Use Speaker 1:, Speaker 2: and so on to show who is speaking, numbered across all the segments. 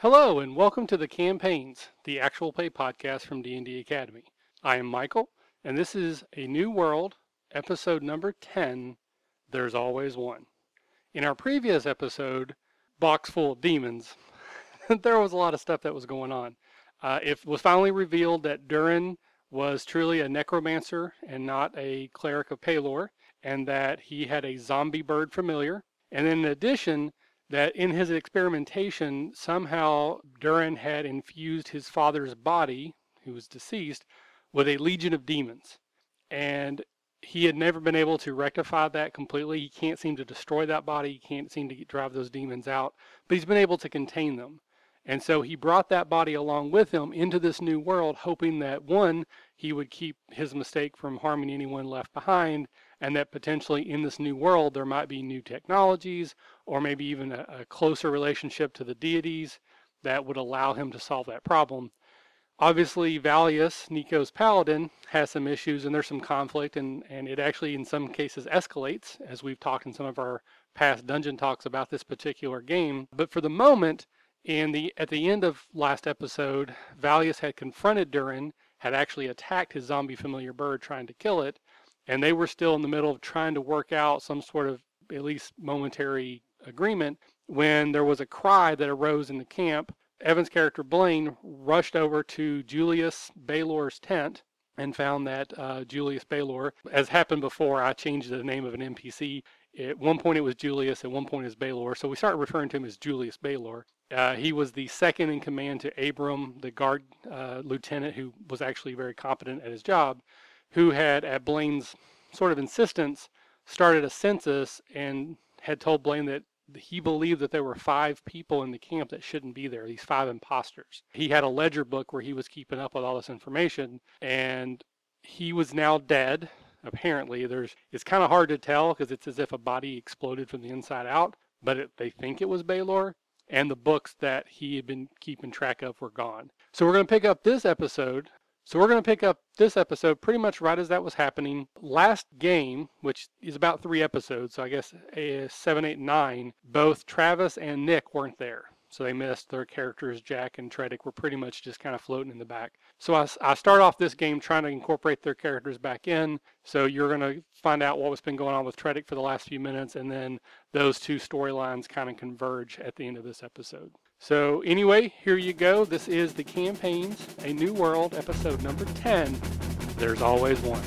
Speaker 1: Hello and welcome to the campaigns, the actual play podcast from D&D Academy. I am Michael, and this is A New World, episode number 10, There's Always One. In our previous episode, Box Full of Demons, there was a lot of stuff that was going on. Uh, it was finally revealed that Durin was truly a necromancer and not a cleric of Palor, and that he had a zombie bird familiar. And in addition, that in his experimentation, somehow Durin had infused his father's body, who was deceased, with a legion of demons. And he had never been able to rectify that completely. He can't seem to destroy that body. He can't seem to get, drive those demons out, but he's been able to contain them. And so he brought that body along with him into this new world, hoping that one, he would keep his mistake from harming anyone left behind, and that potentially in this new world there might be new technologies or maybe even a, a closer relationship to the deities that would allow him to solve that problem. Obviously, Valius, Nico's paladin, has some issues and there's some conflict, and, and it actually, in some cases, escalates, as we've talked in some of our past dungeon talks about this particular game. But for the moment, in the at the end of last episode, Valius had confronted Durin, had actually attacked his zombie familiar bird trying to kill it, and they were still in the middle of trying to work out some sort of at least momentary agreement when there was a cry that arose in the camp. Evan's character Blaine rushed over to Julius Baylor's tent and found that uh, Julius Baylor, as happened before, I changed the name of an NPC. At one point it was Julius, at one point it was Baylor, so we started referring to him as Julius Baylor. Uh, he was the second in command to Abram, the guard uh, lieutenant who was actually very competent at his job, who had, at Blaine's sort of insistence, started a census and had told Blaine that he believed that there were five people in the camp that shouldn't be there, these five imposters. He had a ledger book where he was keeping up with all this information, and he was now dead. Apparently, there's it's kind of hard to tell because it's as if a body exploded from the inside out, but it, they think it was Baylor, and the books that he had been keeping track of were gone. So we're going to pick up this episode so we're going to pick up this episode pretty much right as that was happening. Last game, which is about three episodes, so I guess uh, seven, eight, nine, both Travis and Nick weren't there. So they missed their characters. Jack and Tredick were pretty much just kind of floating in the back. So I, s- I start off this game trying to incorporate their characters back in. So you're going to find out what's been going on with Tredick for the last few minutes, and then those two storylines kind of converge at the end of this episode. So, anyway, here you go. This is The Campaigns, A New World, episode number 10. There's always one.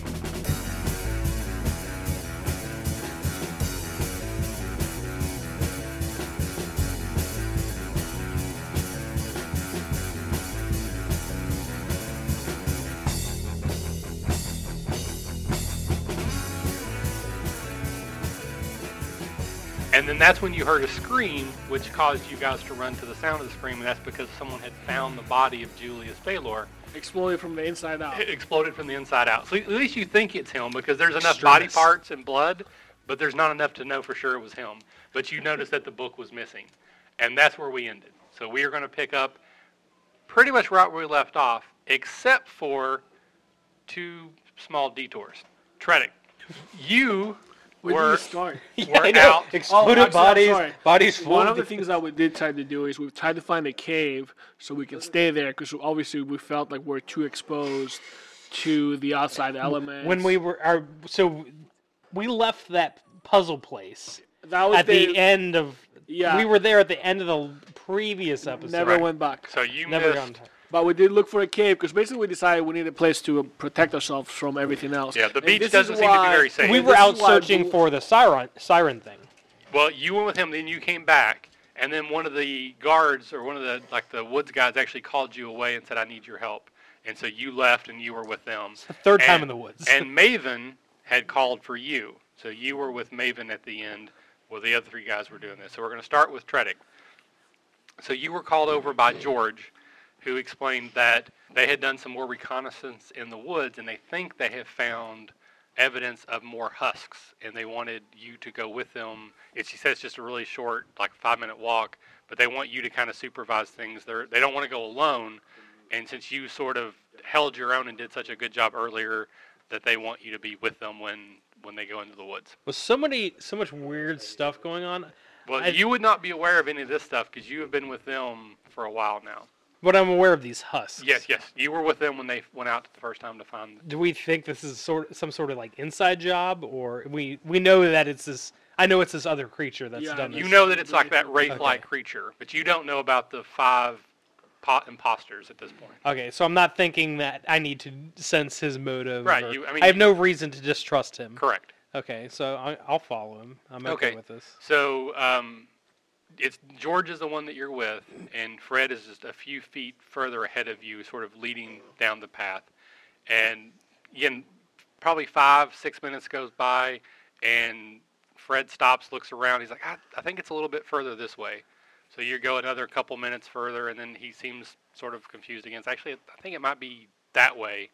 Speaker 1: And then that's when you heard a scream, which caused you guys to run to the sound of the scream, and that's because someone had found the body of Julius Baylor.
Speaker 2: exploded from the inside out.
Speaker 1: It exploded from the inside out. So at least you think it's him because there's enough body
Speaker 3: Extremist.
Speaker 1: parts and blood, but there's not enough to know for sure it was him. But you notice that the book was missing. And that's where we ended. So we are going to pick up pretty much right where we left off, except for two small detours. Tredic, you
Speaker 2: Where do
Speaker 1: were,
Speaker 2: you start?
Speaker 1: were
Speaker 3: I know.
Speaker 1: out.
Speaker 2: Oh, I'm
Speaker 3: Exploded
Speaker 2: so
Speaker 3: bodies,
Speaker 2: sorry.
Speaker 3: bodies full.
Speaker 2: One of
Speaker 3: of
Speaker 2: the things that we did try to do is we tried to find a cave so we can stay there because obviously we felt like we're too exposed to the outside elements.
Speaker 3: when we were our so we left that puzzle place
Speaker 2: that was
Speaker 3: at the end of
Speaker 2: Yeah.
Speaker 3: we were there at the end of the previous episode.
Speaker 2: never
Speaker 1: Right.
Speaker 2: went back.
Speaker 1: So you
Speaker 3: never
Speaker 1: missed.
Speaker 3: gone. to-
Speaker 2: But we did look for a cave because basically we decided we needed a place to protect ourselves from everything else.
Speaker 1: Yeah, the
Speaker 2: And
Speaker 1: beach
Speaker 2: this is
Speaker 1: doesn't seem to be
Speaker 2: why-
Speaker 1: very safe.
Speaker 3: We
Speaker 2: and
Speaker 3: were
Speaker 2: this
Speaker 3: out
Speaker 2: is why
Speaker 3: searching
Speaker 2: we-
Speaker 3: for the siren siren thing.
Speaker 1: Well, you went with him, then you came back, and then one of the guards or one of the like the woods guys actually called you away and said, "I need your help," and so you left and you were with them.
Speaker 3: Third time
Speaker 1: And-
Speaker 3: in the woods.
Speaker 1: and Maven had called for you, so you were with Maven at the end, while the other three guys were doing this. So we're going to start with Tredic. So you were called over by George, who explained that they had done some more reconnaissance in the woods, and they think they have found evidence of more husks, and they wanted you to go with them. And she says just a really short, like five-minute walk, but they want you to kind of supervise things. They're, they don't want to go alone, and since you sort of held your own and did such a good job earlier, that they want you to be with them when when they go into the woods.
Speaker 3: With so many so much weird stuff going on,
Speaker 1: Well,
Speaker 3: I-
Speaker 1: you would not be aware of any of this stuff because you have been with them for a while now.
Speaker 3: But I'm aware of these husks.
Speaker 1: Yes, yes. You were with them when they went out the first time to find.
Speaker 3: Do we think this is sort some sort of like inside job, or we we know that it's this? I know it's this other creature that's
Speaker 2: Yeah,
Speaker 3: done this.
Speaker 1: You know that it's like that wraith-like creature, but you don't know about the five pot imposters at this point.
Speaker 3: Okay, so I'm not thinking that I need to sense his motive.
Speaker 1: Right,
Speaker 3: or-
Speaker 1: you- I mean,
Speaker 3: I have
Speaker 1: you-
Speaker 3: no reason to distrust him.
Speaker 1: Correct.
Speaker 3: Okay, so I, I'll follow him. I'm okay,
Speaker 1: Okay.
Speaker 3: with this.
Speaker 1: So um, it's George is the one that you're with, and Fred is just a few feet further ahead of you, sort of leading down the path. And again, probably five, six minutes goes by, and Fred stops, looks around. He's like, I, I think it's a little bit further this way. So you go another couple minutes further, and then he seems sort of confused again. It's actually, I think it might be that way.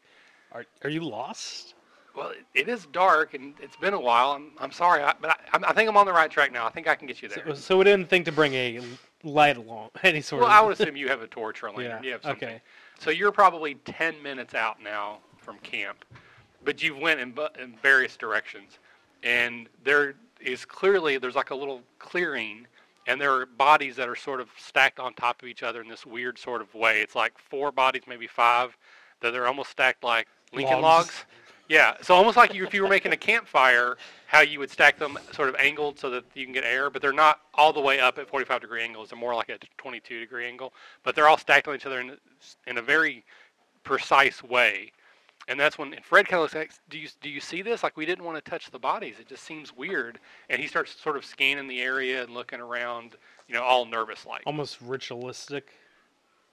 Speaker 3: Are are you lost?
Speaker 1: Well, it, it is dark, and it's been a while. I'm, I'm sorry, I, but I, I'm- I think I'm on the right track now. I think I can get you there.
Speaker 3: So, so we didn't think to bring a light along, any sort
Speaker 1: Well,
Speaker 3: of.
Speaker 1: I would assume you have a torch or a lantern.
Speaker 3: yeah.
Speaker 1: You have something.
Speaker 3: okay.
Speaker 1: So you're probably 10 minutes out now from camp, but you went in, bu- in various directions. And there is clearly, there's like a little clearing, and there are bodies that are sort of stacked on top of each other in this weird sort of way. It's like four bodies, maybe five, that they're almost stacked like Lincoln
Speaker 3: Logs.
Speaker 1: logs. Yeah, so almost like you, if you were making a campfire, how you would stack them sort of angled so that you can get air, but they're not all the way up at 45 degree angles. They're more like at 22 degree angle, but they're all stacked on each other in, in a very precise way. And that's when and Fred kind of looks like, do you, do you see this? Like, we didn't want to touch the bodies. It just seems weird. And he starts sort of scanning the area and looking around, you know, all nervous like.
Speaker 3: Almost ritualistic.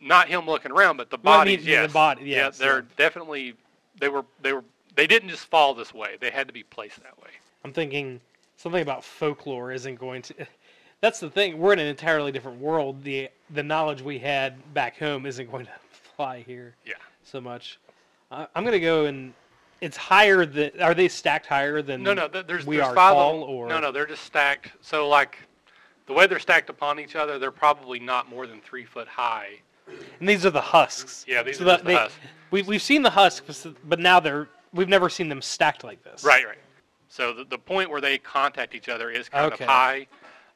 Speaker 1: Not him looking around, but the
Speaker 3: Well, I
Speaker 1: bodies,
Speaker 3: mean, the
Speaker 1: yes.
Speaker 3: body-
Speaker 1: yeah,
Speaker 3: yes,
Speaker 1: they're
Speaker 3: yeah.
Speaker 1: definitely, they were, they were, they didn't just fall this way. They had to be placed that way.
Speaker 3: I'm thinking something about folklore isn't going to. That's the thing. We're in an entirely different world. The the knowledge we had back home isn't going to fly here
Speaker 1: Yeah.
Speaker 3: so much. I I'm gonna go and it's higher than. Are they stacked higher than?
Speaker 1: No, no. th- There's,
Speaker 3: we
Speaker 1: there's
Speaker 3: are
Speaker 1: five of
Speaker 3: tall,
Speaker 1: them.
Speaker 3: or
Speaker 1: no, no. They're just stacked. So like, the way they're stacked upon each other, they're probably not more than three foot high.
Speaker 3: And these are the husks.
Speaker 1: Yeah, these are
Speaker 3: So that
Speaker 1: just the
Speaker 3: they-
Speaker 1: husks.
Speaker 3: We've we've seen the husks, but now they're we've never seen them stacked like this.
Speaker 1: Right, right. So the, the point where they contact each other is kind
Speaker 3: Okay.
Speaker 1: of high.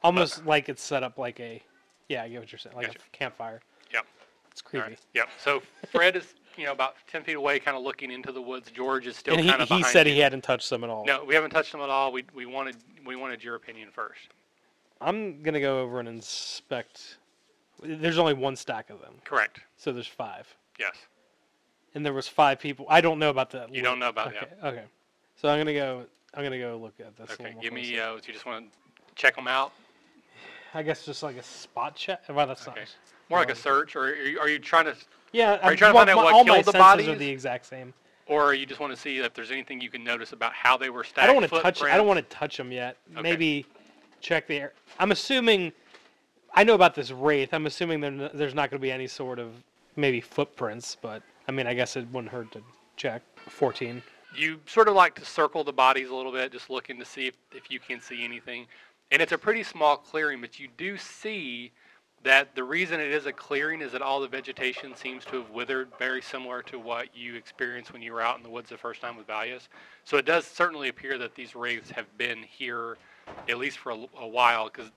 Speaker 3: Almost like it's set up like a. Yeah, I get what you're saying. Like
Speaker 1: Gotcha.
Speaker 3: a campfire.
Speaker 1: Yep.
Speaker 3: It's
Speaker 1: All
Speaker 3: creepy.
Speaker 1: right. Yep. So Fred is you know about ten feet away, kind of looking into the woods. George is still
Speaker 3: And he,
Speaker 1: kind of
Speaker 3: he
Speaker 1: behind.
Speaker 3: said
Speaker 1: you.
Speaker 3: he hadn't touched them at all.
Speaker 1: No, we haven't touched them at all. We we wanted we wanted your opinion first.
Speaker 3: I'm gonna go over and inspect. There's only one stack of them,
Speaker 1: Correct.
Speaker 3: so there's five,
Speaker 1: Yes.
Speaker 3: and there was five people. I don't know about the.
Speaker 1: You don't know about
Speaker 3: Okay.
Speaker 1: that.
Speaker 3: Okay. So I'm gonna go. I'm gonna go look at this. a
Speaker 1: Okay.
Speaker 3: little more
Speaker 1: Give me.
Speaker 3: closely.
Speaker 1: Uh, you just want to check them out.
Speaker 3: I guess just like a spot check. Well, that's
Speaker 1: Okay.
Speaker 3: not.
Speaker 1: More like
Speaker 3: Um,
Speaker 1: a search, or are you, are you trying to
Speaker 3: Yeah. I'm-
Speaker 1: you trying to
Speaker 3: well,
Speaker 1: find out
Speaker 3: my-
Speaker 1: what
Speaker 3: all my
Speaker 1: killed the
Speaker 3: senses are
Speaker 1: bodies?
Speaker 3: the exact same.
Speaker 1: or you just want to see if there's anything you can notice about how they were stacked.
Speaker 3: I don't want to touch. I don't
Speaker 1: footprints?
Speaker 3: want to touch them yet.
Speaker 1: Okay.
Speaker 3: Maybe check the. air. I'm assuming. I know about this wraith. I'm assuming there, n- there's not going to be any sort of maybe footprints, but I mean, I guess it wouldn't hurt to check. 14.
Speaker 1: You sort of like to circle the bodies a little bit, just looking to see if, if you can see anything. And it's a pretty small clearing, but you do see that the reason it is a clearing is that all the vegetation seems to have withered, very similar to what you experienced when you were out in the woods the first time with Valius. So it does certainly appear that these wraiths have been here at least for a, l- a while, because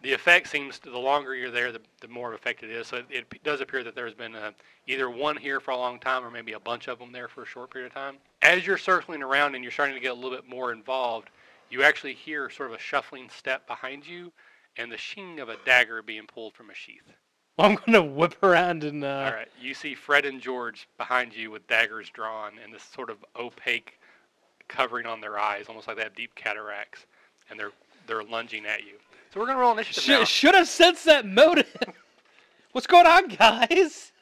Speaker 1: the effect seems to, the longer you're there, the, the more of an effect it is. So it, it p- does appear that there's been a, either one here for a long time or maybe a bunch of them there for a short period of time. As you're circling around and you're starting to get a little bit more involved, you actually hear sort of a shuffling step behind you and the shing of a dagger being pulled from a sheath.
Speaker 3: Well, I'm going to whip around and. Uh,
Speaker 1: All right, you see Fred and George behind you with daggers drawn and this sort of opaque covering on their eyes, almost like they have deep cataracts, and they're they're lunging at you. So we're gonna roll initiative now.
Speaker 3: Should, should have sensed that motive. What's going on, guys?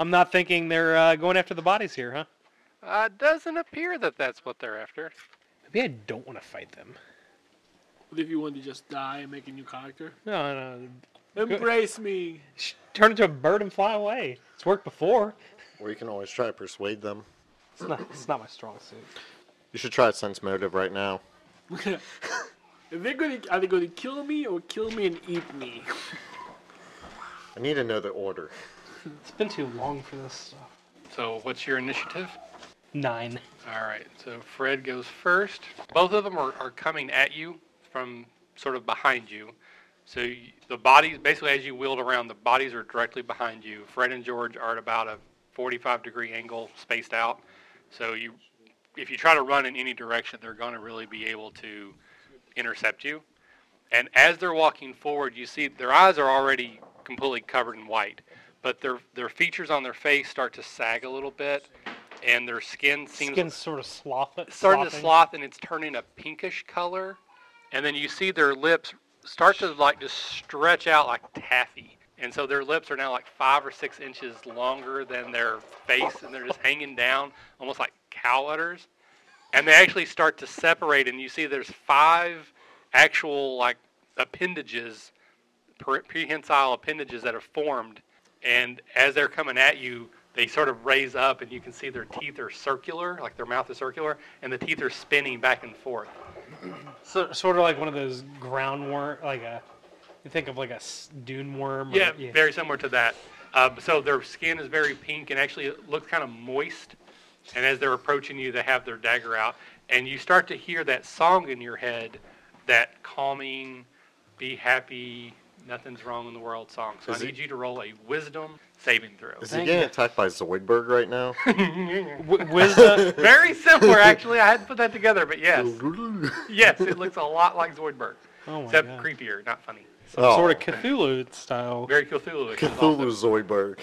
Speaker 3: I'm not thinking they're uh, going after the bodies here, huh?
Speaker 1: Uh, doesn't appear that that's what they're after.
Speaker 3: Maybe I don't want to fight them.
Speaker 2: What if you wanted to just die and make a new character?
Speaker 3: No, no. no.
Speaker 2: Embrace me.
Speaker 3: Sh- Turn into a bird and fly away. It's worked before.
Speaker 4: Or you can always try to persuade them.
Speaker 3: It's not, it's not my strong suit.
Speaker 4: You should try sense motive right now.
Speaker 2: if they're gonna, are they gonna kill me or kill me and eat me?
Speaker 4: I need to know the order.
Speaker 3: It's been too long for this stuff.
Speaker 1: So what's your initiative?
Speaker 3: Nine.
Speaker 1: All right, so Fred goes first. Both of them are, are coming at you from sort of behind you. So you, the bodies, basically, as you wheeled around, the bodies are directly behind you. Fred and George are at about a 45 degree angle, spaced out. So you, if you try to run in any direction, they're going to really be able to intercept you. And as they're walking forward, you see their eyes are already completely covered in white, but their their features on their face start to sag a little bit, and their skin seems
Speaker 3: Skin's sort of sloth.
Speaker 1: it's starting to
Speaker 3: slothing.
Speaker 1: sloth and it's turning a pinkish color and then you see their lips start to like just stretch out like taffy and so their lips are now like five or six inches longer than their face and they're just hanging down almost like cow udders and they actually start to separate and you see there's five actual like appendages pre- prehensile appendages that have formed and as they're coming at you they sort of raise up and you can see their teeth are circular like their mouth is circular and the teeth are spinning back and forth
Speaker 3: So, sort of like one of those ground worm, like a. You think of like a s- dune worm. Or,
Speaker 1: yeah, very similar to that uh, so their skin is very pink and actually it looks kind of moist and as they're approaching you they have their dagger out and you start to hear that song in your head that calming be happy nothing's wrong in the world song so
Speaker 4: Is
Speaker 1: i
Speaker 4: it-
Speaker 1: need you to roll a wisdom saving throw
Speaker 4: Is
Speaker 3: Thank
Speaker 4: he getting
Speaker 3: you.
Speaker 4: attacked by Zoidberg right now?
Speaker 3: W- wisdom.
Speaker 1: Very similar, actually. I hadn't put that together, but yes, yes, it looks a lot like Zoidberg,
Speaker 3: Oh my
Speaker 1: except
Speaker 3: god.
Speaker 1: creepier, not funny.
Speaker 3: Some
Speaker 4: Oh.
Speaker 3: sort of Cthulhu style.
Speaker 1: Very Cthulhu.
Speaker 4: Cthulhu Zoidberg.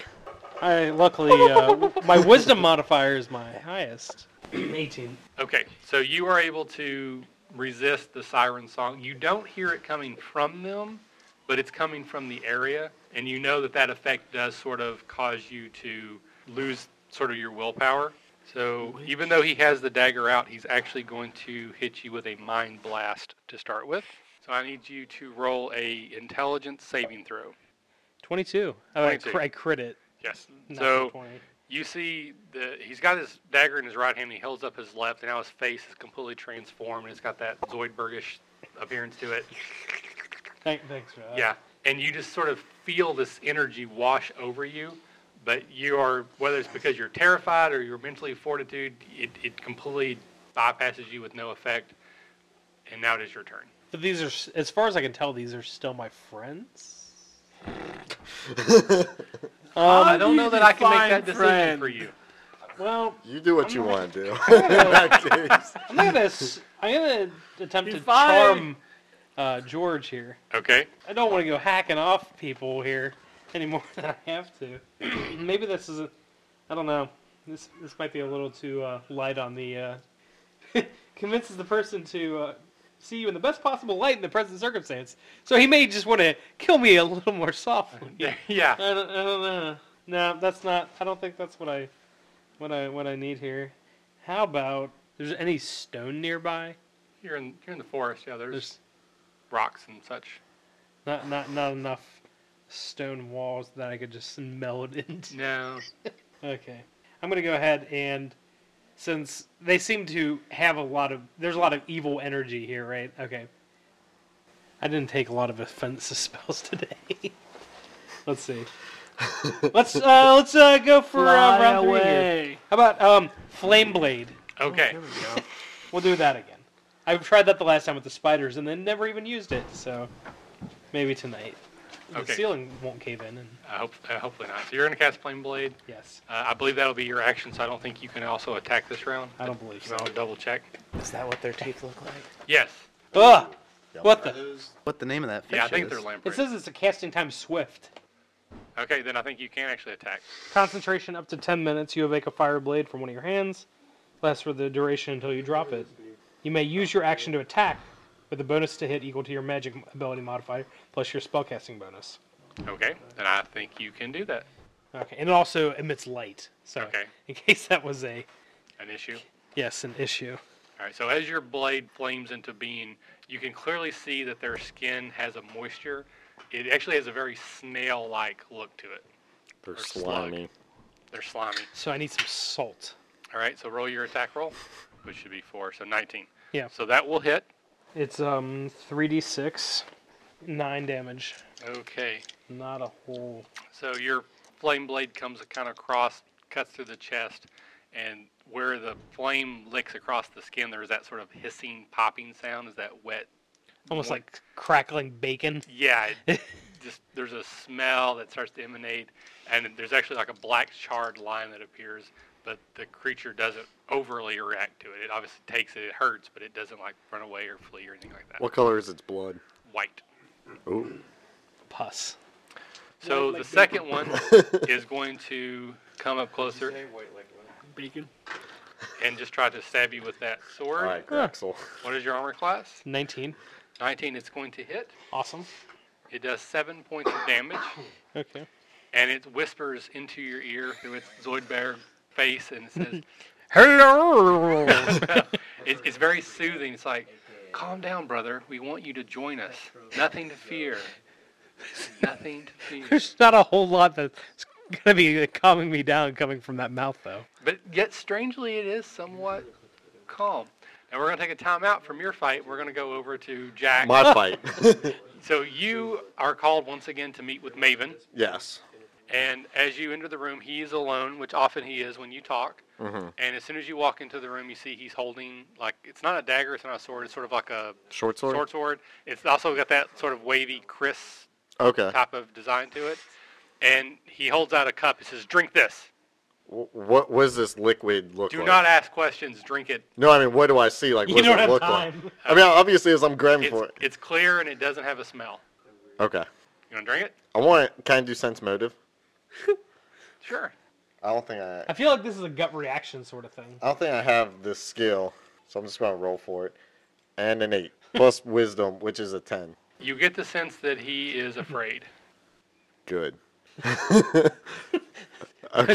Speaker 3: I luckily uh, my wisdom modifier is my highest. 18.
Speaker 1: Okay, so you are able to resist the siren song. You don't hear it coming from them, but it's coming from the area, and you know that that effect does sort of cause you to lose sort of your willpower. So even though he has the dagger out, he's actually going to hit you with a mind blast to start with. So I need you to roll a intelligence saving throw.
Speaker 3: 22. Oh, I,
Speaker 1: 22.
Speaker 3: cr- I crit it.
Speaker 1: Yes.
Speaker 3: not
Speaker 1: So
Speaker 3: 20.
Speaker 1: You see, the, he's got his dagger in his right hand. And he holds up his left, and now his face is completely transformed, and it's got that Zoidbergish appearance to it.
Speaker 3: Thank, thanks for that.
Speaker 1: Yeah, and you just sort of feel this energy wash over you, but you are whether it's because you're terrified or you're mentally fortitude, it, it completely bypasses you with no effect. And now it is your turn.
Speaker 3: But these are, s- as far as I can tell, these are still my friends. Um,
Speaker 1: Um, I don't know that I can make that
Speaker 2: define
Speaker 1: decision
Speaker 2: friend?
Speaker 1: for you.
Speaker 3: Well,
Speaker 4: You do what
Speaker 3: Oh
Speaker 4: you want to do. In that case.
Speaker 3: I'm gonna, s- I'm gonna attempt to charm
Speaker 2: Define-
Speaker 3: uh, George here.
Speaker 1: Okay.
Speaker 3: I don't want to go hacking off people here any more than I have to. Maybe this is a, I don't know. This this might be a little too uh, light on the. Uh, convinces the person to uh, see you in the best possible light in the present circumstance. So he may just want to kill me a little more softly.
Speaker 1: Yeah. Yeah.
Speaker 3: I don't, I don't know. No, that's not. I don't think that's what I, what I, what I need here. How about there's any stone nearby?
Speaker 1: You're in you're in the forest. Yeah. There's,
Speaker 3: There's
Speaker 1: rocks and such.
Speaker 3: not not not enough stone walls that I could just meld into.
Speaker 1: No.
Speaker 3: Okay, I'm gonna go ahead and since they seem to have a lot of there's a lot of evil energy here, right? Okay. I didn't take a lot of offensive spells today. let's see. let's uh, let's uh, go for uh,
Speaker 2: Fly
Speaker 3: round three here.
Speaker 2: away.
Speaker 3: How about um, Flame Blade?
Speaker 1: Okay.
Speaker 3: We'll do that again. I've tried that the last time with the spiders and then never even used it, so maybe tonight.
Speaker 1: Okay.
Speaker 3: The ceiling won't cave in, and
Speaker 1: I hope, uh, hopefully not. So you're going to cast Flame Blade.
Speaker 3: yes,
Speaker 1: Uh, I believe that'll be your action, so I don't think you can also attack this round.
Speaker 3: I don't believe
Speaker 1: So
Speaker 3: so.
Speaker 1: I'll double check.
Speaker 5: Is that what their teeth look like?
Speaker 1: Yes.
Speaker 3: Ugh!
Speaker 4: Yep.
Speaker 3: What the?
Speaker 5: What the name of that fish
Speaker 1: Yeah, I think
Speaker 5: is?
Speaker 1: they're
Speaker 3: It
Speaker 1: lamprey.
Speaker 3: says it's a casting time swift.
Speaker 1: Okay, then I think you can actually attack.
Speaker 3: Concentration up to 10 minutes. You evoke a fire blade from one of your hands. Lasts for the duration until you drop it. You may use your action to attack with a bonus to hit equal to your magic ability modifier plus your spellcasting bonus.
Speaker 1: Okay, then I think you can do that.
Speaker 3: Okay, and it also emits light. So,
Speaker 1: Okay.
Speaker 3: in case that was a
Speaker 1: An issue.
Speaker 3: yes, an issue.
Speaker 1: All right, so as your blade flames into being, you can clearly see that their skin has a moisture. It actually has a very snail like look to it.
Speaker 4: They're
Speaker 1: slug.
Speaker 4: slimy.
Speaker 1: They're slimy.
Speaker 3: So I need some salt.
Speaker 1: All right, so roll your attack roll, which should be four, so 19.
Speaker 3: Yeah.
Speaker 1: So that will hit.
Speaker 3: It's um 3d6, nine damage.
Speaker 1: Okay.
Speaker 3: Not a whole.
Speaker 1: So your flame blade comes kind of across, cuts through the chest, and where the flame licks across the skin, there's that sort of hissing, popping sound. Is that wet
Speaker 3: almost like crackling bacon.
Speaker 1: Yeah, it just there's a smell that starts to emanate, and there's actually like a black charred line that appears, but the creature doesn't overly react to it. It obviously takes it, it hurts, but it doesn't like run away or flee or anything like that.
Speaker 4: What color is its blood?
Speaker 1: White.
Speaker 4: Ooh.
Speaker 3: Pus.
Speaker 1: So
Speaker 2: like
Speaker 1: the second one is going to come up closer
Speaker 2: Bacon.
Speaker 1: and just try to stab you with that sword.
Speaker 4: All right, Graxel.
Speaker 1: What is your armor class?
Speaker 3: 19.
Speaker 1: 19. It's going to hit.
Speaker 3: Awesome.
Speaker 1: It does seven points of damage.
Speaker 3: Okay.
Speaker 1: and it whispers into your ear through its Zoidberg face and it says,
Speaker 3: Hello.
Speaker 1: it, It's very soothing. It's like, calm down, brother. We want you to join us. Nothing to fear. Nothing to fear.
Speaker 3: There's not a whole lot that's gonna be calming me down coming from that mouth though.
Speaker 1: But yet, strangely, it is somewhat calm. Now, we're going to take a timeout from your fight. We're going to go over to Jack.
Speaker 4: My fight.
Speaker 1: So, you are called once again to meet with Maven.
Speaker 4: yes.
Speaker 1: And as you enter the room, he is alone, which often he is when you talk.
Speaker 4: Mm-hmm.
Speaker 1: And as soon as you walk into the room, you see he's holding like it's not a dagger, it's not a sword, it's sort of like a
Speaker 4: Short sword?
Speaker 1: sword sword. It's also got that sort of wavy, crisp
Speaker 4: Okay.
Speaker 1: type of design to it. And he holds out a cup. He says, "Drink this.
Speaker 4: W- what was this liquid look
Speaker 1: Do
Speaker 4: like?
Speaker 1: not ask questions. Drink it.
Speaker 4: No, I mean, what do I see? Like,
Speaker 3: You
Speaker 4: what does
Speaker 3: don't
Speaker 4: it
Speaker 3: have
Speaker 4: look
Speaker 3: time.
Speaker 4: like? I mean, obviously, as I'm grabbing
Speaker 1: It's,
Speaker 4: for it.
Speaker 1: it's clear and it doesn't have a smell.
Speaker 4: Okay.
Speaker 1: You want to drink it?
Speaker 4: I want it. Can I do sense motive?
Speaker 1: Sure.
Speaker 4: I don't think I.
Speaker 3: I feel like this is a gut reaction sort of thing.
Speaker 4: I don't think I have this skill, so I'm just gonna roll for it. And an eight plus wisdom, which is a ten.
Speaker 1: You get the sense that he is afraid.
Speaker 4: Good. okay.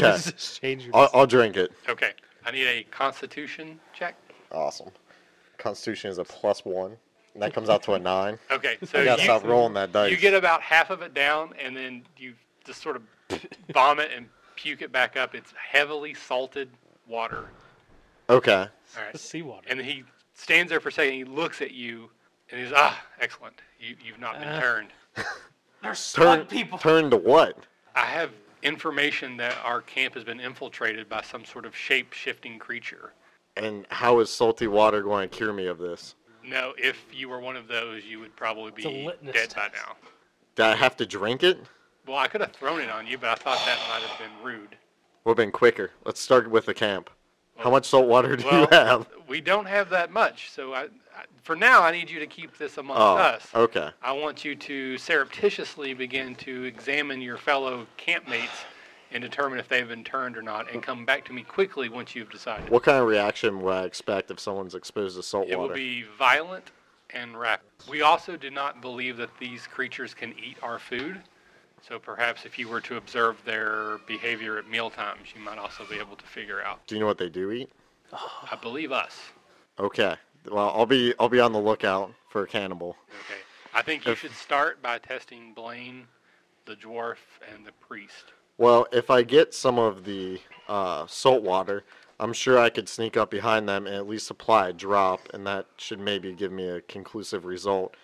Speaker 3: this is dangerous.
Speaker 4: I'll, I'll drink it.
Speaker 1: Okay. I need a Constitution check.
Speaker 4: Awesome. Constitution is a plus one. And that comes out to a nine.
Speaker 1: Okay. So
Speaker 4: I gotta
Speaker 1: you-
Speaker 4: stop rolling that dice.
Speaker 1: Oh, You get about half of it down, and then you just sort of vomit and puke it back up. It's heavily salted water.
Speaker 4: okay.
Speaker 1: All right.
Speaker 3: seawater.
Speaker 1: And he stands there for a second. He looks at you, and he's ah, excellent. You you've not been
Speaker 3: Uh.
Speaker 1: turned.
Speaker 3: There's
Speaker 4: Turn turn to what?
Speaker 1: I have information that our camp has been infiltrated by some sort of shape-shifting creature.
Speaker 4: And how is salty water going to cure me of this?
Speaker 1: No, if you were one of those, you would probably
Speaker 3: a
Speaker 1: be
Speaker 3: litmus
Speaker 1: dead by
Speaker 3: test.
Speaker 1: now.
Speaker 4: Did I have to drink it?
Speaker 1: Well, I could have thrown it on you, but I thought that might have been rude.
Speaker 4: We've been quicker. Let's start with the camp. How much salt water do you
Speaker 1: Well,
Speaker 4: have?
Speaker 1: we don't have that much, so I, I, for now, I need you to keep this amongst
Speaker 4: Oh,
Speaker 1: us.
Speaker 4: okay.
Speaker 1: I want you to surreptitiously begin to examine your fellow campmates and determine if they've been turned or not, and come back to me quickly once you've decided.
Speaker 4: What kind of reaction would I expect if someone's exposed to salt
Speaker 1: it
Speaker 4: water?
Speaker 1: will be violent and rapid. We also do not believe that these creatures can eat our food, so perhaps if you were to observe their behavior at meal times, you might also be able to figure out.
Speaker 4: Do you know what they do eat?
Speaker 1: I believe us.
Speaker 4: Okay. Well, I'll be I'll be on the lookout for a cannibal.
Speaker 1: Okay. I think you should start by testing Blaine, the dwarf, and the priest.
Speaker 4: Well, if I get some of the uh, salt water, I'm sure I could sneak up behind them and at least apply a drop, and that should maybe give me a conclusive result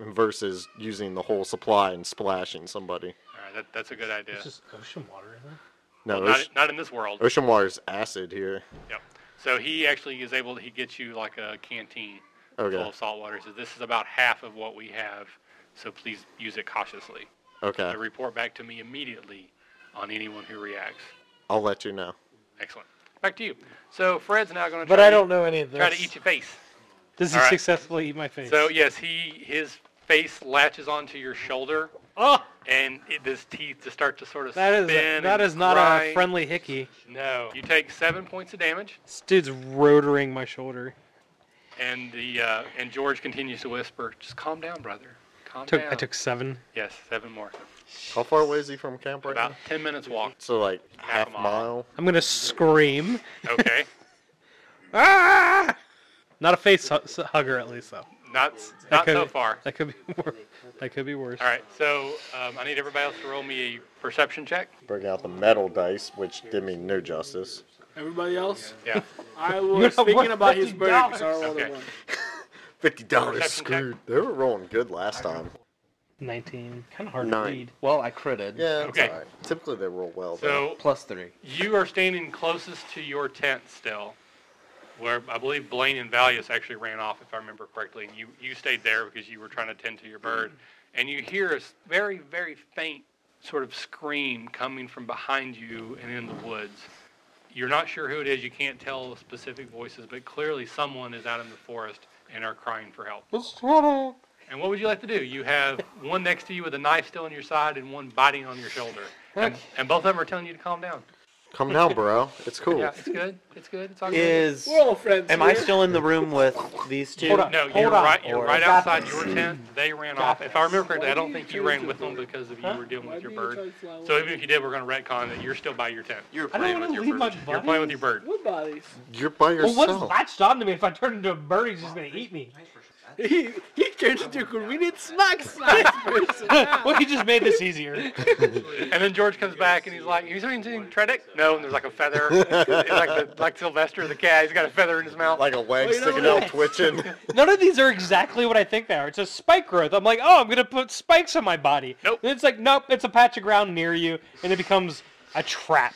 Speaker 4: versus using the whole supply and splashing somebody.
Speaker 1: All right, that, that's a good idea.
Speaker 3: It's just ocean water, isn't it?
Speaker 6: Oh,
Speaker 4: No,
Speaker 1: Not,
Speaker 4: ocean,
Speaker 1: not in this world.
Speaker 4: ocean water's acid here.
Speaker 1: Yep. So he actually is able to he gets you like a canteen
Speaker 4: Okay.
Speaker 1: full of salt water. So this is about half of what we have. So please use it cautiously.
Speaker 4: Okay.
Speaker 1: So report back to me immediately on anyone who reacts.
Speaker 4: I'll let you know.
Speaker 1: Excellent. Back to you. So Fred's now going to
Speaker 6: But I don't know any of this.
Speaker 1: try to eat your face.
Speaker 3: Does he
Speaker 1: All right.
Speaker 3: successfully eat my face?
Speaker 1: So yes, he his face latches onto your shoulder.
Speaker 3: oh,
Speaker 1: and it, his teeth just start to sort of
Speaker 3: that is
Speaker 1: spin.
Speaker 3: that
Speaker 1: and
Speaker 3: is not a
Speaker 1: grind.
Speaker 3: friendly hickey.
Speaker 1: No, you take seven points of damage,
Speaker 3: This dude's rotoring my shoulder.
Speaker 1: and the uh, and George continues to whisper, "Just calm down, brother. Calm
Speaker 3: Took
Speaker 1: down."
Speaker 3: I took seven.
Speaker 1: yes, seven more.
Speaker 4: How far away is he from camp right
Speaker 1: About
Speaker 4: now?
Speaker 1: ten minutes walk.
Speaker 4: So like
Speaker 1: Half
Speaker 4: half,
Speaker 1: a
Speaker 4: mile.
Speaker 3: I'm gonna scream.
Speaker 1: Okay,
Speaker 3: Ah! Not a face hu- s- hugger, at least though.
Speaker 1: not s-
Speaker 3: That
Speaker 1: not
Speaker 3: could-
Speaker 1: so far.
Speaker 3: That could be worse. That could be worse.
Speaker 1: All right, so um, I need everybody else to roll me a perception check.
Speaker 4: Bring out the metal dice, which did me no justice.
Speaker 2: Everybody else?
Speaker 1: Yeah,
Speaker 2: I was
Speaker 3: gonna
Speaker 2: thinking
Speaker 3: work
Speaker 2: about his
Speaker 3: $50.
Speaker 2: burgers. I rolled a
Speaker 1: Okay.
Speaker 2: one.
Speaker 4: Fifty dollars
Speaker 1: Perception check.
Speaker 4: screwed. They were rolling good last time.
Speaker 3: Nineteen. Kind of hard
Speaker 4: Nine.
Speaker 3: to read.
Speaker 5: Well, I critted.
Speaker 4: Yeah, it's
Speaker 1: Okay.
Speaker 4: alright. Typically they roll well. though.
Speaker 1: so
Speaker 5: Plus three.
Speaker 1: you are standing closest to your tent still, where I believe Blaine and Valius actually ran off, if I remember correctly, and you, you stayed there because you were trying to tend to your bird. And you hear a s- very, very faint sort of scream coming from behind you and in the woods. You're not sure who it is, you can't tell specific voices, but clearly someone is out in the forest and are crying for help. And what would you like to do? You have one next to you with a knife still in your side and one biting on your shoulder. And, and both of them are telling you to calm down.
Speaker 4: Come down, bro. It's cool.
Speaker 1: Yeah, it's good. It's good. It's all good.
Speaker 5: Is
Speaker 2: We're all friends.
Speaker 5: am I still in the room with these two?
Speaker 3: Hold on.
Speaker 1: No,
Speaker 3: Hold
Speaker 1: you're
Speaker 3: on.
Speaker 1: right. You're
Speaker 5: Or-
Speaker 1: right
Speaker 3: Got
Speaker 1: outside
Speaker 3: this.
Speaker 1: your tent. They ran
Speaker 3: Got
Speaker 1: off. If I
Speaker 3: this.
Speaker 1: remember correctly, I don't think you
Speaker 2: Why do
Speaker 1: ran
Speaker 2: you
Speaker 1: with
Speaker 2: do
Speaker 1: them because of you
Speaker 3: Huh?
Speaker 1: were dealing with your bird. So even if you did, we're going to retcon that you're still by your tent.
Speaker 7: You were
Speaker 3: I
Speaker 7: playing
Speaker 3: don't want
Speaker 7: with
Speaker 3: to
Speaker 7: your
Speaker 3: leave my
Speaker 7: bird.
Speaker 1: You're playing with your bird.
Speaker 2: Wood bodies.
Speaker 4: You're
Speaker 3: Well,
Speaker 4: by yourself.
Speaker 3: what's latched onto me? If I turn into a bird, he's just gonna eat me.
Speaker 2: He, he turns into a convenient snack size person. now.
Speaker 3: Well, he just made this easier.
Speaker 1: And then George comes back and he's like, "You seen seen Tredick? No." And there's like a feather. it's like the, like Sylvester the cat. He's got a feather in his mouth.
Speaker 4: like a leg
Speaker 2: Well, you know
Speaker 4: sticking
Speaker 2: what?
Speaker 4: out, twitching.
Speaker 3: None of these are exactly what I think they are. It's a spike growth. I'm like, oh, I'm gonna put spikes on my body.
Speaker 1: Nope.
Speaker 3: And it's like, nope, it's a patch of ground near you, and it becomes a trap.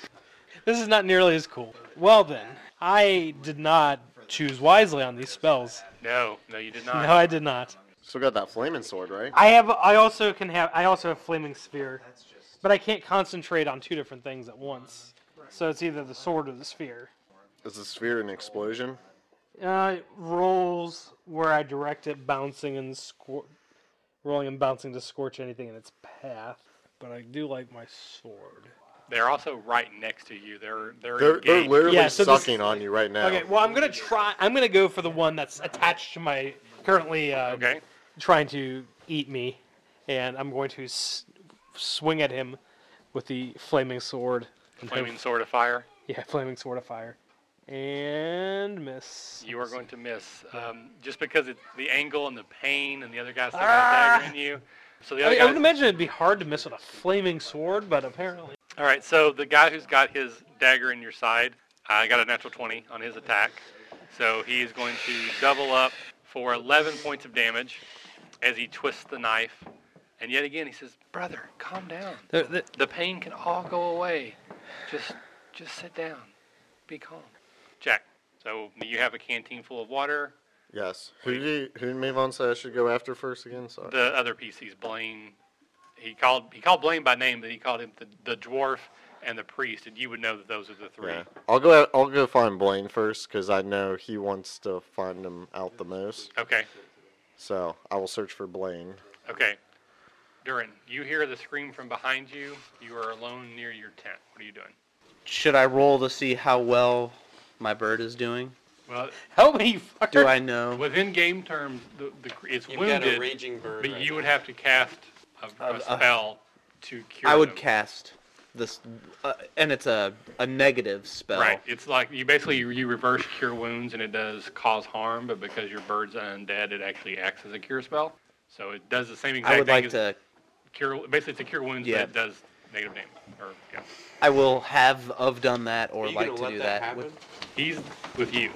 Speaker 3: This is not nearly as cool. Well then, I did not choose wisely on these spells.
Speaker 1: No, no, you did
Speaker 3: No,
Speaker 1: not.
Speaker 3: I did not.
Speaker 4: Still got that flaming sword, right?
Speaker 3: I have. I also can have. I also have flaming sphere, but I can't concentrate on two different things at once. So it's either the sword or the sphere.
Speaker 4: Is the sphere an explosion?
Speaker 3: Uh, it rolls where I direct it, bouncing and scor- rolling and bouncing to scorch anything in its path. But I do like my sword.
Speaker 1: They're also right next to you. They're they're
Speaker 4: They're, they're
Speaker 1: engaged.
Speaker 4: literally
Speaker 3: Yeah, so this-
Speaker 4: sucking on you right now.
Speaker 3: Okay, well I'm gonna try. I'm gonna go for the one that's attached to my currently uh,
Speaker 1: okay.
Speaker 3: trying to eat me, and I'm going to s- swing at him with the flaming sword. and hope-
Speaker 1: Flaming sword of fire.
Speaker 3: Yeah, flaming sword of fire, and miss.
Speaker 1: You are going to miss um, just because it's the angle and the pain and the other guy's still
Speaker 3: Ah!
Speaker 1: daggering you. So the
Speaker 3: I,
Speaker 1: other
Speaker 3: mean, I would
Speaker 1: guy.
Speaker 3: imagine it'd be hard to miss with a flaming sword, but apparently.
Speaker 1: All right, so the guy who's got his dagger in your side, I got a natural 20 on his attack. So he is going to double up for 11 points of damage as he twists the knife. And yet again, he says, "Brother, calm down. The pain can all go away. Just, just sit down. Be calm." Jack. So you have a canteen full of water.
Speaker 4: Yes. Who did he, who did Mavon say I should go after first again? Sorry.
Speaker 1: the other PCs, Blaine. He called he called Blaine by name, but he called him the, the dwarf and the priest, and you would know that those are the three.
Speaker 4: Yeah. I'll go. I'll go find Blaine first because I know he wants to find him out the most.
Speaker 1: Okay,
Speaker 4: So I will search for Blaine.
Speaker 1: okay. Durin, you hear the scream from behind you. You are alone near your tent. What are you doing?
Speaker 5: Should I roll to see how well my bird is doing?
Speaker 1: Well,
Speaker 3: Help me, you fucker.
Speaker 5: Do I know?
Speaker 1: within game terms, the, the cr- it's
Speaker 7: You've
Speaker 1: wounded,
Speaker 7: got a raging bird.
Speaker 1: but
Speaker 7: right
Speaker 1: you
Speaker 7: now.
Speaker 1: would have to cast a, a
Speaker 5: Uh, uh,
Speaker 1: spell to cure.
Speaker 5: I would
Speaker 1: them.
Speaker 5: cast this, uh, and it's a a negative spell.
Speaker 1: Right, it's like you basically you reverse cure wounds and it does cause harm, but because your bird's undead, it actually acts as a cure spell. So it does the same exact
Speaker 5: I would
Speaker 1: thing
Speaker 5: like
Speaker 1: as
Speaker 5: to.
Speaker 1: cure. Basically, it's a cure wounds,
Speaker 5: Yeah.
Speaker 1: but it does negative damage. Or yeah,
Speaker 5: I will have of done that
Speaker 7: Are
Speaker 5: or
Speaker 7: you
Speaker 5: like
Speaker 7: gonna
Speaker 5: to
Speaker 7: let
Speaker 5: do
Speaker 7: that,
Speaker 5: that.
Speaker 7: happen?
Speaker 5: with,
Speaker 1: he's with you.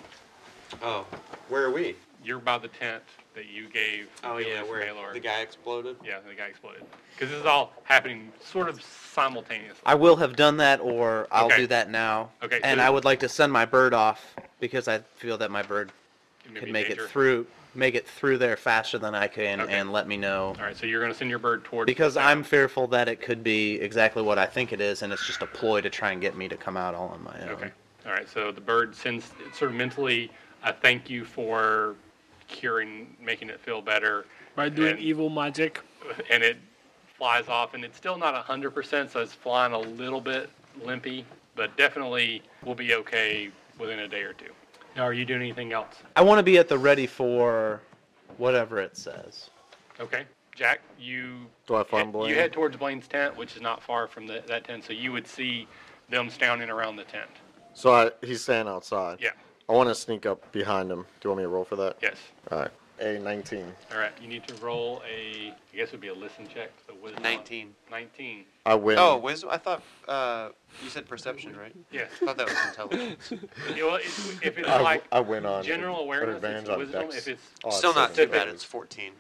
Speaker 7: Oh, where are we?
Speaker 1: You're by the tent that you gave.
Speaker 7: Oh yeah,
Speaker 1: Felix
Speaker 7: where
Speaker 1: Baylor.
Speaker 7: the guy exploded.
Speaker 1: Yeah, the guy exploded. Because this is all happening sort of simultaneously.
Speaker 5: I will have done that or I'll
Speaker 1: Okay.
Speaker 5: do that now.
Speaker 1: Okay,
Speaker 5: And
Speaker 1: so-
Speaker 5: I would like to send my bird off because I feel that my bird
Speaker 1: It may
Speaker 5: could
Speaker 1: be
Speaker 5: make
Speaker 1: danger.
Speaker 5: it through make it through there faster than I can
Speaker 1: Okay.
Speaker 5: and let me know.
Speaker 1: All right, so you're gonna send your bird towards.
Speaker 5: Because
Speaker 1: the
Speaker 5: I'm
Speaker 1: tent.
Speaker 5: fearful that it could be exactly what I think it is and it's just a ploy to try and get me to come out all on my own.
Speaker 1: Okay. All right. So the bird sends it's sort of mentally a thank you for curing, making it feel better,
Speaker 2: By doing
Speaker 1: And-
Speaker 2: evil magic.
Speaker 1: and it flies off, and it's still not hundred percent, so it's flying a little bit limpy, but definitely will be okay within a day or two. Now, are you doing anything else?
Speaker 5: I want to be at the ready for whatever it says.
Speaker 1: Okay, Jack, you
Speaker 4: Do I find
Speaker 1: you-
Speaker 4: Blaine?
Speaker 1: You head towards Blaine's tent, which is not far from the, that tent, so you would see them standing around the tent.
Speaker 4: So I, he's standing outside.
Speaker 1: Yeah.
Speaker 4: I want to sneak up behind him. Do you want me to roll for that?
Speaker 1: Yes.
Speaker 4: All right. A 19.
Speaker 1: All right. You need to roll a. I guess it would be a listen check. The wisdom.
Speaker 7: 19.
Speaker 1: 19.
Speaker 4: I win.
Speaker 7: Oh, wisdom. I thought uh, you said perception, right?
Speaker 1: Yes.
Speaker 7: I thought that was intelligence.
Speaker 1: Yeah, well, it's- if it's
Speaker 4: I,
Speaker 1: like
Speaker 4: I win on
Speaker 1: general
Speaker 4: ad-
Speaker 1: awareness,
Speaker 4: advantage
Speaker 1: it's
Speaker 4: on
Speaker 1: wisdom.
Speaker 4: dex.
Speaker 1: If it's
Speaker 4: Oh,
Speaker 7: Still not too
Speaker 4: seven.
Speaker 7: bad. It's 14.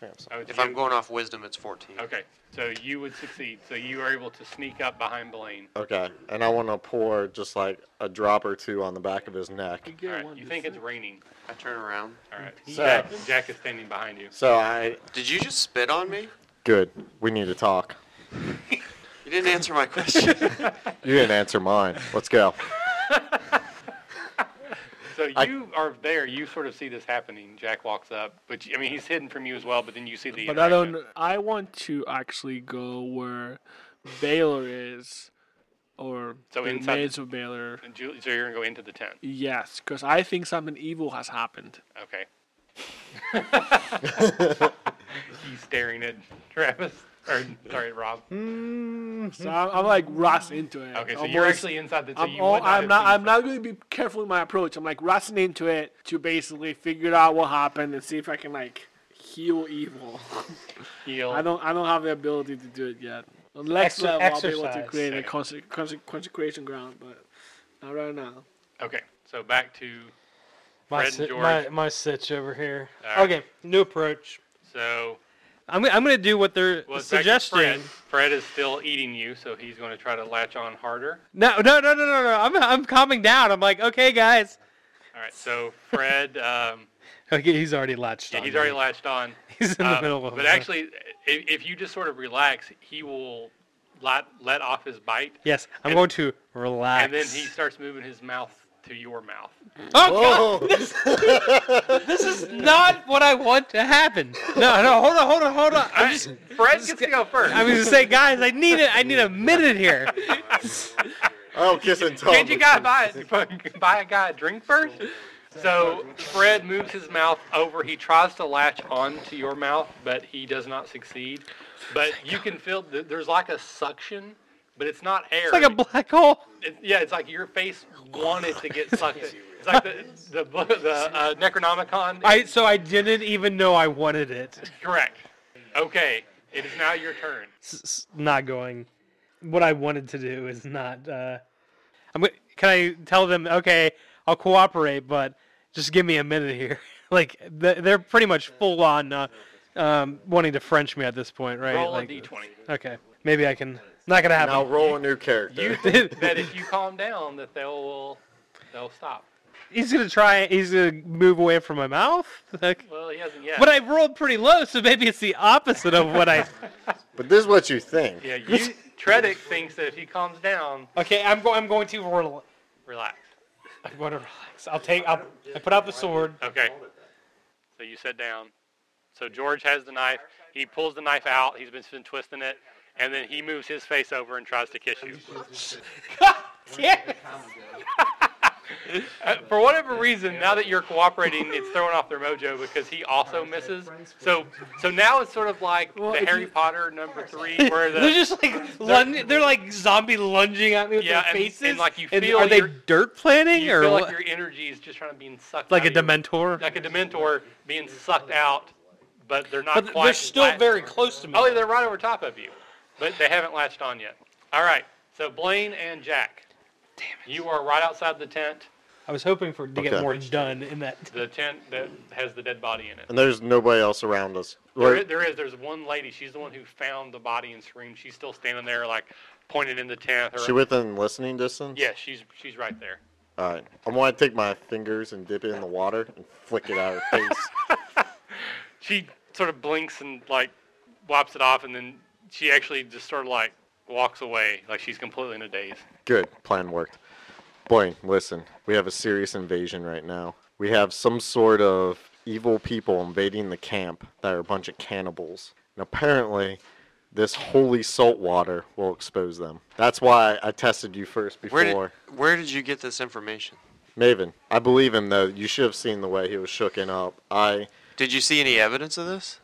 Speaker 4: Tramps.
Speaker 1: Oh, it's
Speaker 7: If
Speaker 1: you.
Speaker 7: I'm going off wisdom, it's 14.
Speaker 1: Okay, so you would succeed. So you are able to sneak up behind Blaine.
Speaker 4: Okay, and I want to pour just like a drop or two on the back of his neck.
Speaker 2: You get
Speaker 1: All right,
Speaker 2: one
Speaker 1: you
Speaker 2: to
Speaker 1: think it's
Speaker 2: six.
Speaker 1: raining.
Speaker 7: I turn around.
Speaker 1: All right,
Speaker 4: So-
Speaker 1: Jack, Jack is standing behind you.
Speaker 4: So I
Speaker 7: Did you just spit on me?
Speaker 4: good. We need to talk.
Speaker 7: You didn't answer my question.
Speaker 4: You didn't answer mine. Let's go.
Speaker 1: So you
Speaker 4: I-
Speaker 1: are there. You sort of see this happening. Jack walks up, but you- I mean he's hidden from you as well. But then you see the.
Speaker 2: But I don't.
Speaker 1: interaction.
Speaker 2: I want to actually go where Baylor is, or
Speaker 1: So
Speaker 2: the
Speaker 1: inside the-
Speaker 2: maze of Baylor.
Speaker 1: And Julie, so you're gonna go into the tent.
Speaker 2: Yes, because I think something evil has happened.
Speaker 1: Okay. he's staring at Travis. Or sorry, Rob.
Speaker 2: So I'm, I'm like Ross into it.
Speaker 1: Okay, so
Speaker 2: Almost-
Speaker 1: you're actually inside the tent.
Speaker 2: I'm,
Speaker 1: you
Speaker 2: all,
Speaker 1: would
Speaker 2: I'm
Speaker 1: have
Speaker 2: not.
Speaker 1: seen
Speaker 2: I'm not going to be careful in my approach. I'm like rushing into it to basically figure out what happened and see if I can like heal evil.
Speaker 1: heel.
Speaker 2: I don't. I don't have the ability to do it yet. On next
Speaker 3: Exer-
Speaker 2: level, I'll be able
Speaker 3: exercise.
Speaker 2: to create a conse- conse- consecration ground, but not right now.
Speaker 1: Okay, so back to
Speaker 3: My,
Speaker 1: Fred
Speaker 3: sit,
Speaker 1: George.
Speaker 3: my, my sitch over here.
Speaker 1: All right.
Speaker 3: Okay, new approach.
Speaker 1: so.
Speaker 3: I'm, gonna- I'm going to do what they're
Speaker 1: Well, it's back to Fred.
Speaker 3: suggesting.
Speaker 1: Fred is still eating you, so he's going to try to latch on harder.
Speaker 3: No, no, no, no, no, no. I'm, I'm calming down. I'm like, okay, guys.
Speaker 1: All right, so Fred, um,
Speaker 3: Okay, he's already latched
Speaker 1: yeah,
Speaker 3: on.
Speaker 1: he's
Speaker 3: me.
Speaker 1: already latched on.
Speaker 3: He's in the
Speaker 1: Um,
Speaker 3: middle of
Speaker 1: but
Speaker 3: it.
Speaker 1: actually, if, if you just sort of relax, he will let, let off his bite,
Speaker 3: Yes, I'm
Speaker 1: and-
Speaker 3: going to relax.
Speaker 1: and then he starts moving his mouth to your mouth.
Speaker 3: Oh, God!
Speaker 4: Oh,
Speaker 3: This is not what I want to happen. No, no, hold on, hold on, hold on. I'm just,
Speaker 1: Fred gets to go first.
Speaker 3: I was gonna say, guys, I need it. I need a minute here.
Speaker 4: oh kiss and tell.
Speaker 1: Can't you guy buy it? buy a guy a drink first? So Fred moves his mouth over. He tries to latch onto your mouth, but he does not succeed. But you can feel th- there's like a suction, but it's not air.
Speaker 3: It's like a black hole.
Speaker 1: It- yeah, it's like your face wanted to get sucked. in. It's like the the, book- the uh, Necronomicon.
Speaker 3: I so I didn't even know I wanted it.
Speaker 1: Correct. Okay, it is now your turn.
Speaker 3: It's- it's not going. What I wanted to do is not. Uh, I'm. go- Can I tell them? Okay, I'll cooperate, but just give me a minute here. Like th- they're pretty much full on uh, um, wanting to French me at this point, right?
Speaker 1: Roll
Speaker 3: like,
Speaker 1: a d20.
Speaker 3: Okay, maybe I can. Not gonna happen.
Speaker 4: Now roll a new
Speaker 1: You
Speaker 4: character.
Speaker 1: think that if you calm down, that they'll they'll stop.
Speaker 3: He's gonna try. He's gonna move away from my mouth. Like,
Speaker 1: Well, he hasn't yet.
Speaker 3: But I've rolled pretty low, so maybe it's the opposite of what I.
Speaker 4: But this is what you think.
Speaker 1: Yeah, you, Tredic thinks that if he calms down,
Speaker 3: Okay, I'm going. I'm going to relax.
Speaker 1: relax.
Speaker 3: I'm going to relax. I'll take. I'll, I put out the sword.
Speaker 1: Okay. So you sit down. So George has the knife. He pulls the knife out. He's been, been twisting it, and then he moves his face over and tries to kiss you.
Speaker 3: Yeah.
Speaker 1: Uh, for whatever reason, now that you're cooperating, it's throwing off their mojo because he also misses. So, so now it's sort of like the
Speaker 2: if
Speaker 1: Harry
Speaker 2: you-
Speaker 1: Potter number three, where
Speaker 3: they're
Speaker 1: the
Speaker 3: just like lunging. They're like zombie lunging at me with
Speaker 1: Yeah,
Speaker 3: their
Speaker 1: and- and,
Speaker 3: faces.
Speaker 1: like, you feel
Speaker 3: are they
Speaker 1: your-
Speaker 3: dirt planning
Speaker 1: you
Speaker 3: or
Speaker 1: feel
Speaker 3: what?
Speaker 1: like your energy is just trying to be sucked.
Speaker 3: like
Speaker 1: out
Speaker 3: a
Speaker 1: of you.
Speaker 3: dementor?
Speaker 1: like a Dementor being sucked out, but they're not
Speaker 3: but
Speaker 1: quite.
Speaker 3: they're still
Speaker 1: latched-
Speaker 3: very close to me.
Speaker 1: Oh, yeah, they're right over top of you, but they haven't latched on yet. All right, so Blaine and Jack, damn it, you are right outside the tent,
Speaker 3: I was hoping for to get
Speaker 4: Okay.
Speaker 3: more done in that.
Speaker 1: the tent that has the dead body in it.
Speaker 4: And there's nobody else around us.
Speaker 1: There
Speaker 4: We're-
Speaker 1: is, there is. There's one lady. She's the one who found the body and screamed. She's still standing there, like pointed in the tent. Her,
Speaker 4: she within listening distance?
Speaker 1: yeah, she's she's right there.
Speaker 4: All right. I want to take my fingers and dip it in the water and flick it out of her face.
Speaker 1: She sort of blinks and like wipes it off, and then she actually just sort of like walks away, like she's completely in a daze.
Speaker 4: Good. Plan worked. Blaine, listen. We have a serious invasion right now. We have some sort of evil people invading the camp that are a bunch of cannibals. And apparently, this holy salt water will expose them. That's why I tested you first before.
Speaker 7: Where did, where did you get this information?
Speaker 4: Maven, I believe him though. You should have seen the way he was shooken up. I
Speaker 7: Did you see any evidence of this?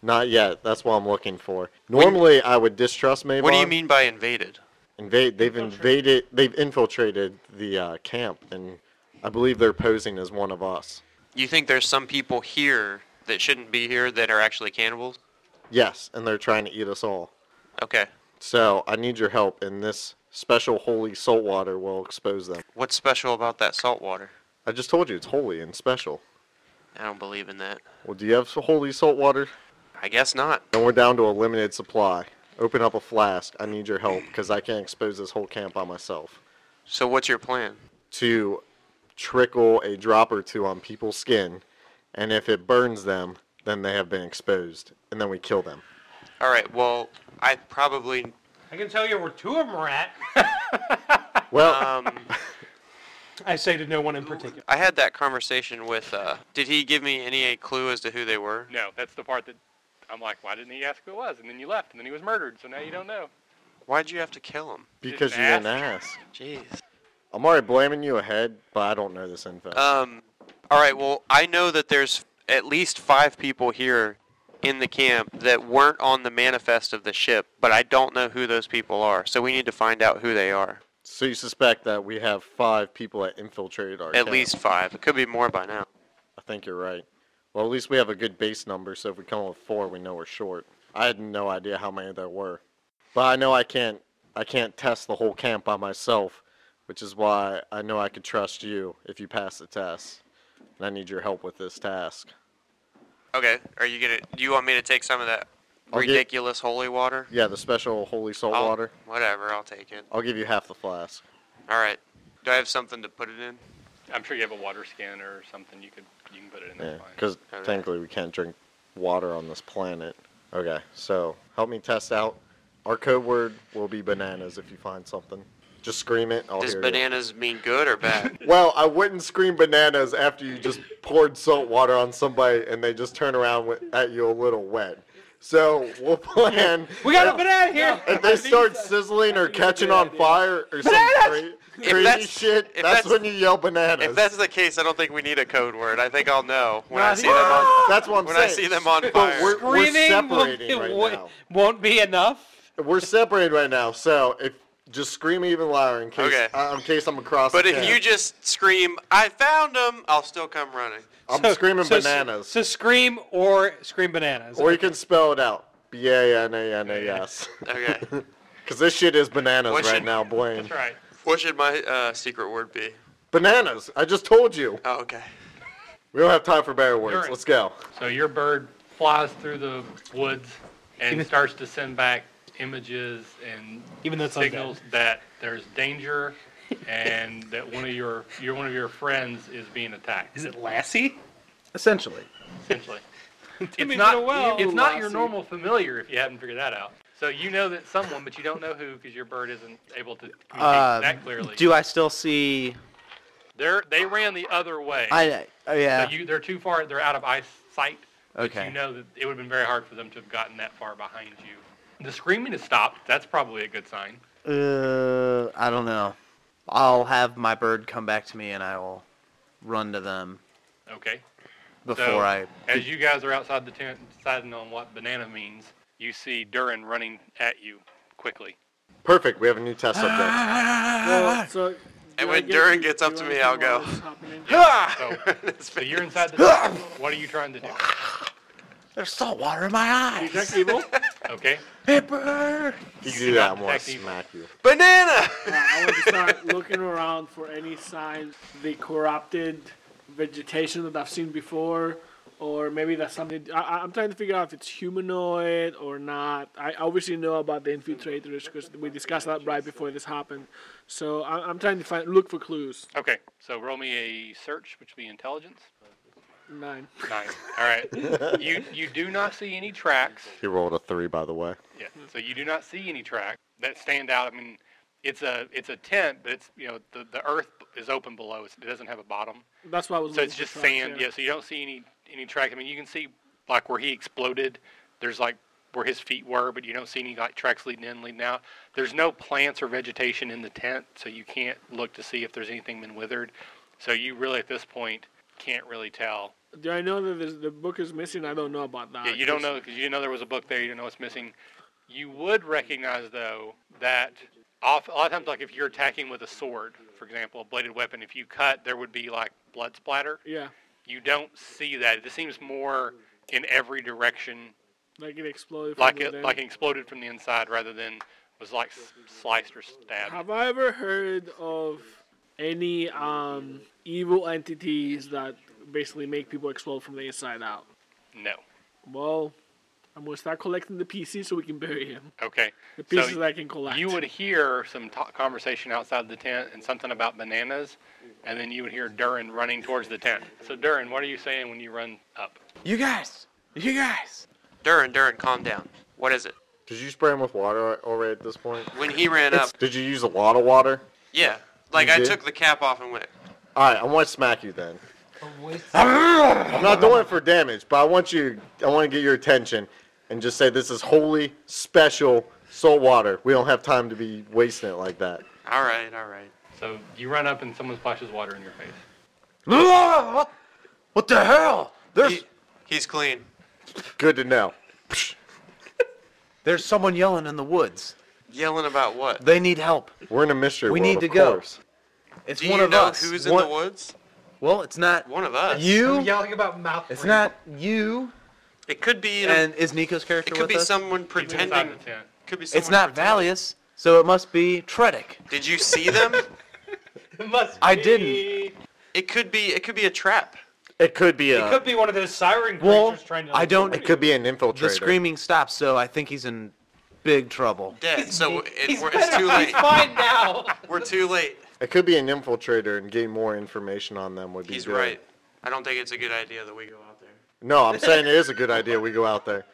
Speaker 4: not yet. That's what I'm looking for. Normally, I would distrust Maven.
Speaker 7: What do you mean by invaded?
Speaker 4: Invade? They've invaded. They've infiltrated the uh, camp, and I believe they're posing as one of us.
Speaker 7: You think there's some people here that shouldn't be here that are actually cannibals?
Speaker 4: Yes, and they're trying to eat us all.
Speaker 7: Okay.
Speaker 4: So I need your help, and this special holy salt water will expose them.
Speaker 7: What's special about that salt water?
Speaker 4: I just told you it's holy and special.
Speaker 7: I don't believe in that.
Speaker 4: Well, do you have s- holy salt water?
Speaker 7: I guess not.
Speaker 4: And we're down to a limited supply. Open up a flask. I need your help because I can't expose this whole camp by myself.
Speaker 7: So what's your plan?
Speaker 4: To trickle a drop or two on people's skin, and if it burns them, then they have been exposed, and then we kill them.
Speaker 7: All right. Well, I probably
Speaker 3: I can tell you where two of them are at.
Speaker 4: Well,
Speaker 7: um.
Speaker 3: I say to no one in particular.
Speaker 7: I had that conversation with. Uh, did he give me any clue as to who they were?
Speaker 1: No, that's the part that I'm like, why didn't he ask who it was? And then you left, and then he was murdered, so now you don't know.
Speaker 7: Why'd you have to kill him?
Speaker 4: because you didn't ask.
Speaker 7: Jeez.
Speaker 4: I'm already blaming you ahead, but I don't know this info.
Speaker 7: Um. All right. Well, I know that there's at least five people here in the camp that weren't on the manifest of the ship, but I don't know who those people are. So we need to find out who they are.
Speaker 4: so you suspect that we have five people that infiltrated our
Speaker 7: At
Speaker 4: camp.
Speaker 7: least five. It could be more by now.
Speaker 4: I think you're right. Well, at least we have a good base number, so if we come up with four, we know we're short. I had no idea how many there were, but I know I can't. I can't test the whole camp by myself, which is why I know I could trust you if you pass the test. And I need your help with this task.
Speaker 7: Okay. Are you gonna? Do you want me to take some of that
Speaker 4: I'll get-
Speaker 7: ridiculous holy water?
Speaker 4: Yeah, the special holy salt
Speaker 7: I'll-
Speaker 4: water.
Speaker 7: Oh, Whatever. I'll take it.
Speaker 4: I'll give you half the flask.
Speaker 7: All right. Do I have something to put it in?
Speaker 1: I'm sure you have a water scanner or something. You could you can put it in
Speaker 4: Yeah,
Speaker 1: there. fine.
Speaker 4: because
Speaker 7: Alright.
Speaker 4: technically we can't drink water on this planet. Okay, so help me test out. Our code word will be bananas if you find something. Just scream Oh, it. I'll
Speaker 7: Does
Speaker 4: hear
Speaker 7: bananas mean good or bad?
Speaker 4: you. Well, I wouldn't scream bananas after you just poured salt water on somebody and they just turn around with, at you a little wet. So we'll plan.
Speaker 3: We got a banana here.
Speaker 4: If they start sizzling or catching on fire or some cra- crazy
Speaker 7: that's-
Speaker 4: shit,
Speaker 7: if
Speaker 4: that's,
Speaker 7: that's-
Speaker 4: when you yell bananas.
Speaker 7: If that's the case, I don't think we need a code word. I think I'll know when
Speaker 3: Nah,
Speaker 7: I
Speaker 3: I
Speaker 7: see
Speaker 3: think-
Speaker 7: them on
Speaker 4: that's what I'm
Speaker 7: when I
Speaker 4: saying.
Speaker 7: see them on
Speaker 4: But
Speaker 7: fire.
Speaker 4: we're, we're
Speaker 3: Screaming will-
Speaker 4: separating
Speaker 3: it
Speaker 4: right
Speaker 3: wo-
Speaker 4: now.
Speaker 3: won't be enough.
Speaker 4: We're separated right now, so if just scream even louder in case
Speaker 7: Okay.
Speaker 4: uh, in case I'm across.
Speaker 7: But
Speaker 4: the
Speaker 7: if
Speaker 4: camp.
Speaker 7: you just scream, "I found him," I'll still come running.
Speaker 4: I'm
Speaker 3: So-
Speaker 4: screaming
Speaker 3: so-
Speaker 4: bananas,
Speaker 3: So scream or scream bananas.
Speaker 4: or you can spell it out. B A N A N A S.
Speaker 7: Okay.
Speaker 4: Because this shit is bananas
Speaker 7: What
Speaker 4: right
Speaker 7: should-
Speaker 4: now, Blaine.
Speaker 1: That's right.
Speaker 7: what should my uh, secret word be?
Speaker 4: Bananas. I just told you.
Speaker 7: Oh, okay.
Speaker 4: We don't have time for better words.
Speaker 1: Alright.
Speaker 4: Let's go.
Speaker 1: So your bird flies through the woods and starts to send back images and
Speaker 3: Even though it's
Speaker 1: signals
Speaker 3: undead.
Speaker 1: that there's danger and that one of your your one of your friends is being attacked.
Speaker 3: Is it Lassie?
Speaker 5: Essentially.
Speaker 1: Essentially, it's
Speaker 3: means
Speaker 1: not
Speaker 3: you're well,
Speaker 1: it's not your
Speaker 3: Lassie.
Speaker 1: normal familiar if you haven't figured that out. So you know that someone, but you don't know who because your bird isn't able to communicate that clearly.
Speaker 5: Uh, Um, do I still see?
Speaker 1: They're they ran the other way.
Speaker 5: I oh, yeah.
Speaker 1: So you, they're too far. They're out of eyesight. but
Speaker 5: Okay.
Speaker 1: You know that it would have been very hard for them to have gotten that far behind you. The screaming has stopped. That's probably a good sign.
Speaker 5: Uh, I don't know. I'll have my bird come back to me, and I will run to them
Speaker 1: Okay.
Speaker 5: before
Speaker 1: So,
Speaker 5: I.
Speaker 1: As you guys are outside the tent deciding on what banana means, you see Durin running at you quickly.
Speaker 4: Perfect. We have a new test subject.
Speaker 1: Ah,
Speaker 2: Well,
Speaker 7: Ah.
Speaker 2: so, do
Speaker 7: And
Speaker 2: I
Speaker 7: when
Speaker 2: get
Speaker 7: Durin
Speaker 2: to-
Speaker 7: gets
Speaker 2: do
Speaker 7: up
Speaker 2: I
Speaker 7: to
Speaker 2: get
Speaker 7: me, I'll go.
Speaker 2: what's happening?
Speaker 1: So,
Speaker 7: It's
Speaker 1: so
Speaker 7: been-
Speaker 1: you're inside the tent. What are you trying to do?
Speaker 5: There's salt water in my eyes.
Speaker 2: Detect evil?
Speaker 1: Okay.
Speaker 5: Hey, bird.
Speaker 4: You
Speaker 1: do
Speaker 4: do that,
Speaker 1: not
Speaker 4: I'm gonna
Speaker 1: detect evil.
Speaker 4: smack you.
Speaker 7: Banana.
Speaker 2: Uh, I want to start looking around for any signs of the corrupted vegetation that I've seen before, or maybe that's something. I- I, I'm trying to figure out if it's humanoid or not. I obviously know about the infiltrators because we discussed that right before this happened. So I, I'm trying to find look for clues.
Speaker 1: Okay. So roll me a search, which would be intelligence.
Speaker 2: Nine.
Speaker 1: Nine. All right. You you do not see any tracks.
Speaker 4: He rolled a three, by the way.
Speaker 1: Yeah. So you do not see any tracks that stand out. I mean, it's a it's a tent, but it's you know the the earth is open below. It's, it doesn't have a bottom,
Speaker 2: That's why I was.
Speaker 1: so it's
Speaker 2: looking
Speaker 1: just
Speaker 2: for tracks,
Speaker 1: sand. Yeah. So you don't see any any track. I mean, you can see like where he exploded. There's like where his feet were, but you don't see any like tracks leading in, leading out. There's no plants or vegetation in the tent, so you can't look to see if there's anything been withered. So you really at this point can't really tell.
Speaker 2: Do I know that there's, the book is missing? I don't know about that.
Speaker 1: Yeah, you don't
Speaker 2: 'cause
Speaker 1: know because you didn't know there was a book there. You don't know what's missing. You would recognize though that off, a lot of times, like if you're attacking with a sword, for example, a bladed weapon, if you cut, there would be like blood splatter.
Speaker 2: Yeah,
Speaker 1: You don't see that. This seems more in every direction,
Speaker 2: like it exploded. from
Speaker 1: like
Speaker 2: within.
Speaker 1: it like it exploded from the inside rather than was like s- sliced or stabbed.
Speaker 2: Have I ever heard of any um, evil entities that basically make people explode from the inside out?
Speaker 1: No.
Speaker 2: Well, I'm gonna start collecting the pieces so we can bury him.
Speaker 1: Okay.
Speaker 2: The
Speaker 1: So
Speaker 2: pieces that I can collect.
Speaker 1: You would hear some ta conversation outside the tent and something about bananas, and then you would hear Durin running towards the tent. So, Durin, what are you saying when you run up?
Speaker 5: You guys, you guys.
Speaker 7: Durin, Durin, calm down. What is it?
Speaker 4: Did you spray him with water already at this point?
Speaker 7: When he ran
Speaker 4: It's-
Speaker 7: up,
Speaker 4: did you use a lot of water?
Speaker 7: yeah, like
Speaker 4: You
Speaker 7: I
Speaker 4: did?
Speaker 7: took the cap off and went.
Speaker 4: All right, I want to smack you then.
Speaker 5: Ah!
Speaker 4: I'm not doing it for damage, but I want you. I want to get your attention and just say this is holy, special salt water. We don't have time to be wasting it like that.
Speaker 7: All right, all right.
Speaker 1: So, you run up and someone splashes water in your face.
Speaker 5: What, what the hell? There's
Speaker 7: He, he's clean.
Speaker 4: Good to know.
Speaker 5: there's someone yelling in the woods.
Speaker 7: Yelling about what?
Speaker 5: They need help.
Speaker 4: We're in a mystery
Speaker 5: We
Speaker 4: world,
Speaker 5: need
Speaker 4: of
Speaker 5: to go.
Speaker 4: course.
Speaker 5: It's
Speaker 7: Do
Speaker 5: one
Speaker 7: you
Speaker 5: of
Speaker 7: know
Speaker 5: us.
Speaker 7: who's
Speaker 5: One-
Speaker 7: in the woods?
Speaker 5: Well, it's not
Speaker 7: One of us.
Speaker 3: I'm
Speaker 5: you.
Speaker 3: yelling about mouth.
Speaker 5: It's
Speaker 3: breathing.
Speaker 5: not you.
Speaker 7: It could be. In a-
Speaker 5: And is Nico's character
Speaker 7: it could
Speaker 5: with
Speaker 7: be
Speaker 5: us?
Speaker 7: someone
Speaker 1: He's inside
Speaker 7: pretending.
Speaker 1: the tent.
Speaker 7: Could be someone
Speaker 5: it's not
Speaker 7: pretending.
Speaker 5: Valius, so it must be Tredic.
Speaker 7: Did you see them?
Speaker 3: It must.
Speaker 5: I
Speaker 3: be-
Speaker 5: didn't.
Speaker 7: it could be. It could be a trap.
Speaker 4: It could be
Speaker 3: It
Speaker 4: a.
Speaker 3: could be one of those siren creatures
Speaker 5: Well,
Speaker 3: trying to.
Speaker 5: I don't.
Speaker 4: It could be an infiltrator.
Speaker 5: The screaming stops, so I think he's in big trouble.
Speaker 7: Dead. So it,
Speaker 3: He's
Speaker 7: we're, it's
Speaker 3: better-
Speaker 7: too
Speaker 3: He's
Speaker 7: late.
Speaker 3: fine now.
Speaker 7: We're too late.
Speaker 4: It could be an infiltrator, and getting more information on them would be.
Speaker 7: He's
Speaker 4: good.
Speaker 7: right. I don't think it's a good idea that we go out there.
Speaker 4: No, I'm saying it is a good idea. We go out there.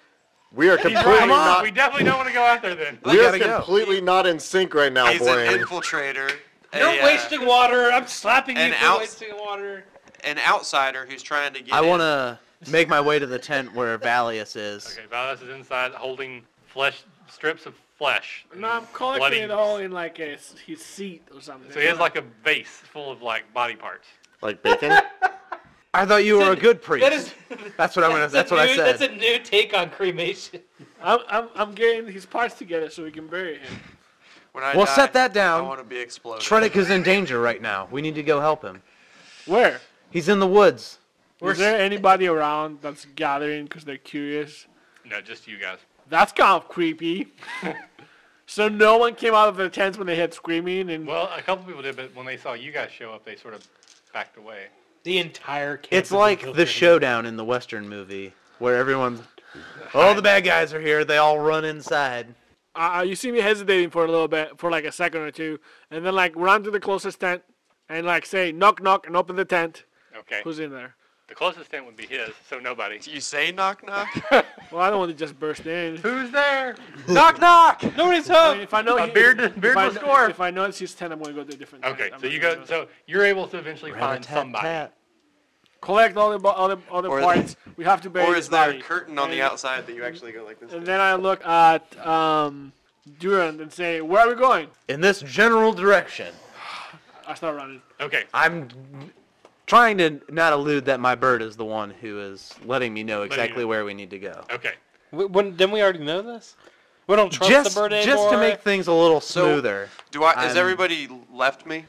Speaker 4: We are completely
Speaker 1: We
Speaker 4: not.
Speaker 1: definitely don't want to go out there then.
Speaker 4: We are
Speaker 5: gotta go.
Speaker 4: completely not in sync right now,
Speaker 7: He's an
Speaker 4: Blaine.
Speaker 7: infiltrator. a,
Speaker 3: You're
Speaker 7: uh,
Speaker 3: wasting water. I'm slapping you
Speaker 7: an
Speaker 3: for
Speaker 7: out-
Speaker 3: wasting water.
Speaker 7: an outsider who's trying to get.
Speaker 5: I
Speaker 7: in.
Speaker 5: want to make my way to the tent where Valius is.
Speaker 1: Okay, Valas is inside holding flesh strips of flesh.
Speaker 2: No, I'm collecting
Speaker 1: Bloody-
Speaker 2: it all in like a, s- his seat or something.
Speaker 1: So he has like a vase full of like body parts.
Speaker 4: Like bacon.
Speaker 5: I thought you were a good priest.
Speaker 3: That is.
Speaker 5: that's what I'm gonna.
Speaker 3: a
Speaker 5: That's what I
Speaker 3: new-
Speaker 5: said.
Speaker 3: That's a new take on cremation.
Speaker 2: I'm, I'm, I'm getting his parts together so we can bury him.
Speaker 7: When I
Speaker 5: Well,
Speaker 7: die,
Speaker 5: set that down.
Speaker 7: I want to be exploded.
Speaker 5: Tredic is in danger right now. We need to go help him.
Speaker 2: Where?
Speaker 5: He's in the woods.
Speaker 2: Is there anybody around that's gathering because they're curious?
Speaker 1: No, just you guys.
Speaker 2: That's kind of creepy. so no one came out of their tents when they heard screaming and
Speaker 1: Well, a couple people did, but when they saw you guys show up, they sort of backed away.
Speaker 3: The entire. camp
Speaker 5: It's
Speaker 3: is in
Speaker 5: like the
Speaker 3: Guildford.
Speaker 5: showdown in the Western movie where everyone, all the bad guys are here. They all run inside.
Speaker 2: uh, you see me hesitating for a little bit, for like a second or two, and then like run to the closest tent and like say knock knock and open the tent.
Speaker 1: Okay.
Speaker 2: Who's in there?
Speaker 1: The closest tent would be his, so nobody.
Speaker 7: Do you say knock knock?
Speaker 2: Well, I don't want to just burst in.
Speaker 1: Who's there?
Speaker 5: knock knock.
Speaker 3: Nobody's
Speaker 2: I
Speaker 3: home.
Speaker 2: mean, if I know
Speaker 1: A
Speaker 2: he-
Speaker 1: bearded-
Speaker 2: if I,
Speaker 1: beardless
Speaker 2: know-
Speaker 1: dwarf.
Speaker 2: If I know it's his tent, I'm gonna go to a different. tent.
Speaker 1: Okay,
Speaker 2: I'm
Speaker 1: so
Speaker 2: not
Speaker 1: you
Speaker 2: gonna
Speaker 1: go. So you're able to eventually
Speaker 5: Ah,
Speaker 1: find somebody.
Speaker 2: collect all the bo- all the, all the
Speaker 7: Or the-
Speaker 2: parts. we have to bury
Speaker 7: or
Speaker 2: this
Speaker 7: is there
Speaker 2: body.
Speaker 7: a curtain on the
Speaker 2: And-
Speaker 7: outside that you actually go like this?
Speaker 2: And then I look at um, Durand and say, "Where are we going?"
Speaker 5: In this general direction.
Speaker 2: I start running.
Speaker 1: Okay.
Speaker 5: I'm trying to not allude that my bird is the one who is letting me know exactly
Speaker 1: know.
Speaker 5: where we need to go.
Speaker 1: Okay.
Speaker 3: We, when, didn't we already know this? We don't trust
Speaker 5: Just,
Speaker 3: the bird anymore.
Speaker 5: just to make things a little smoother.
Speaker 7: Do I? Is
Speaker 5: I'm-
Speaker 7: everybody left me?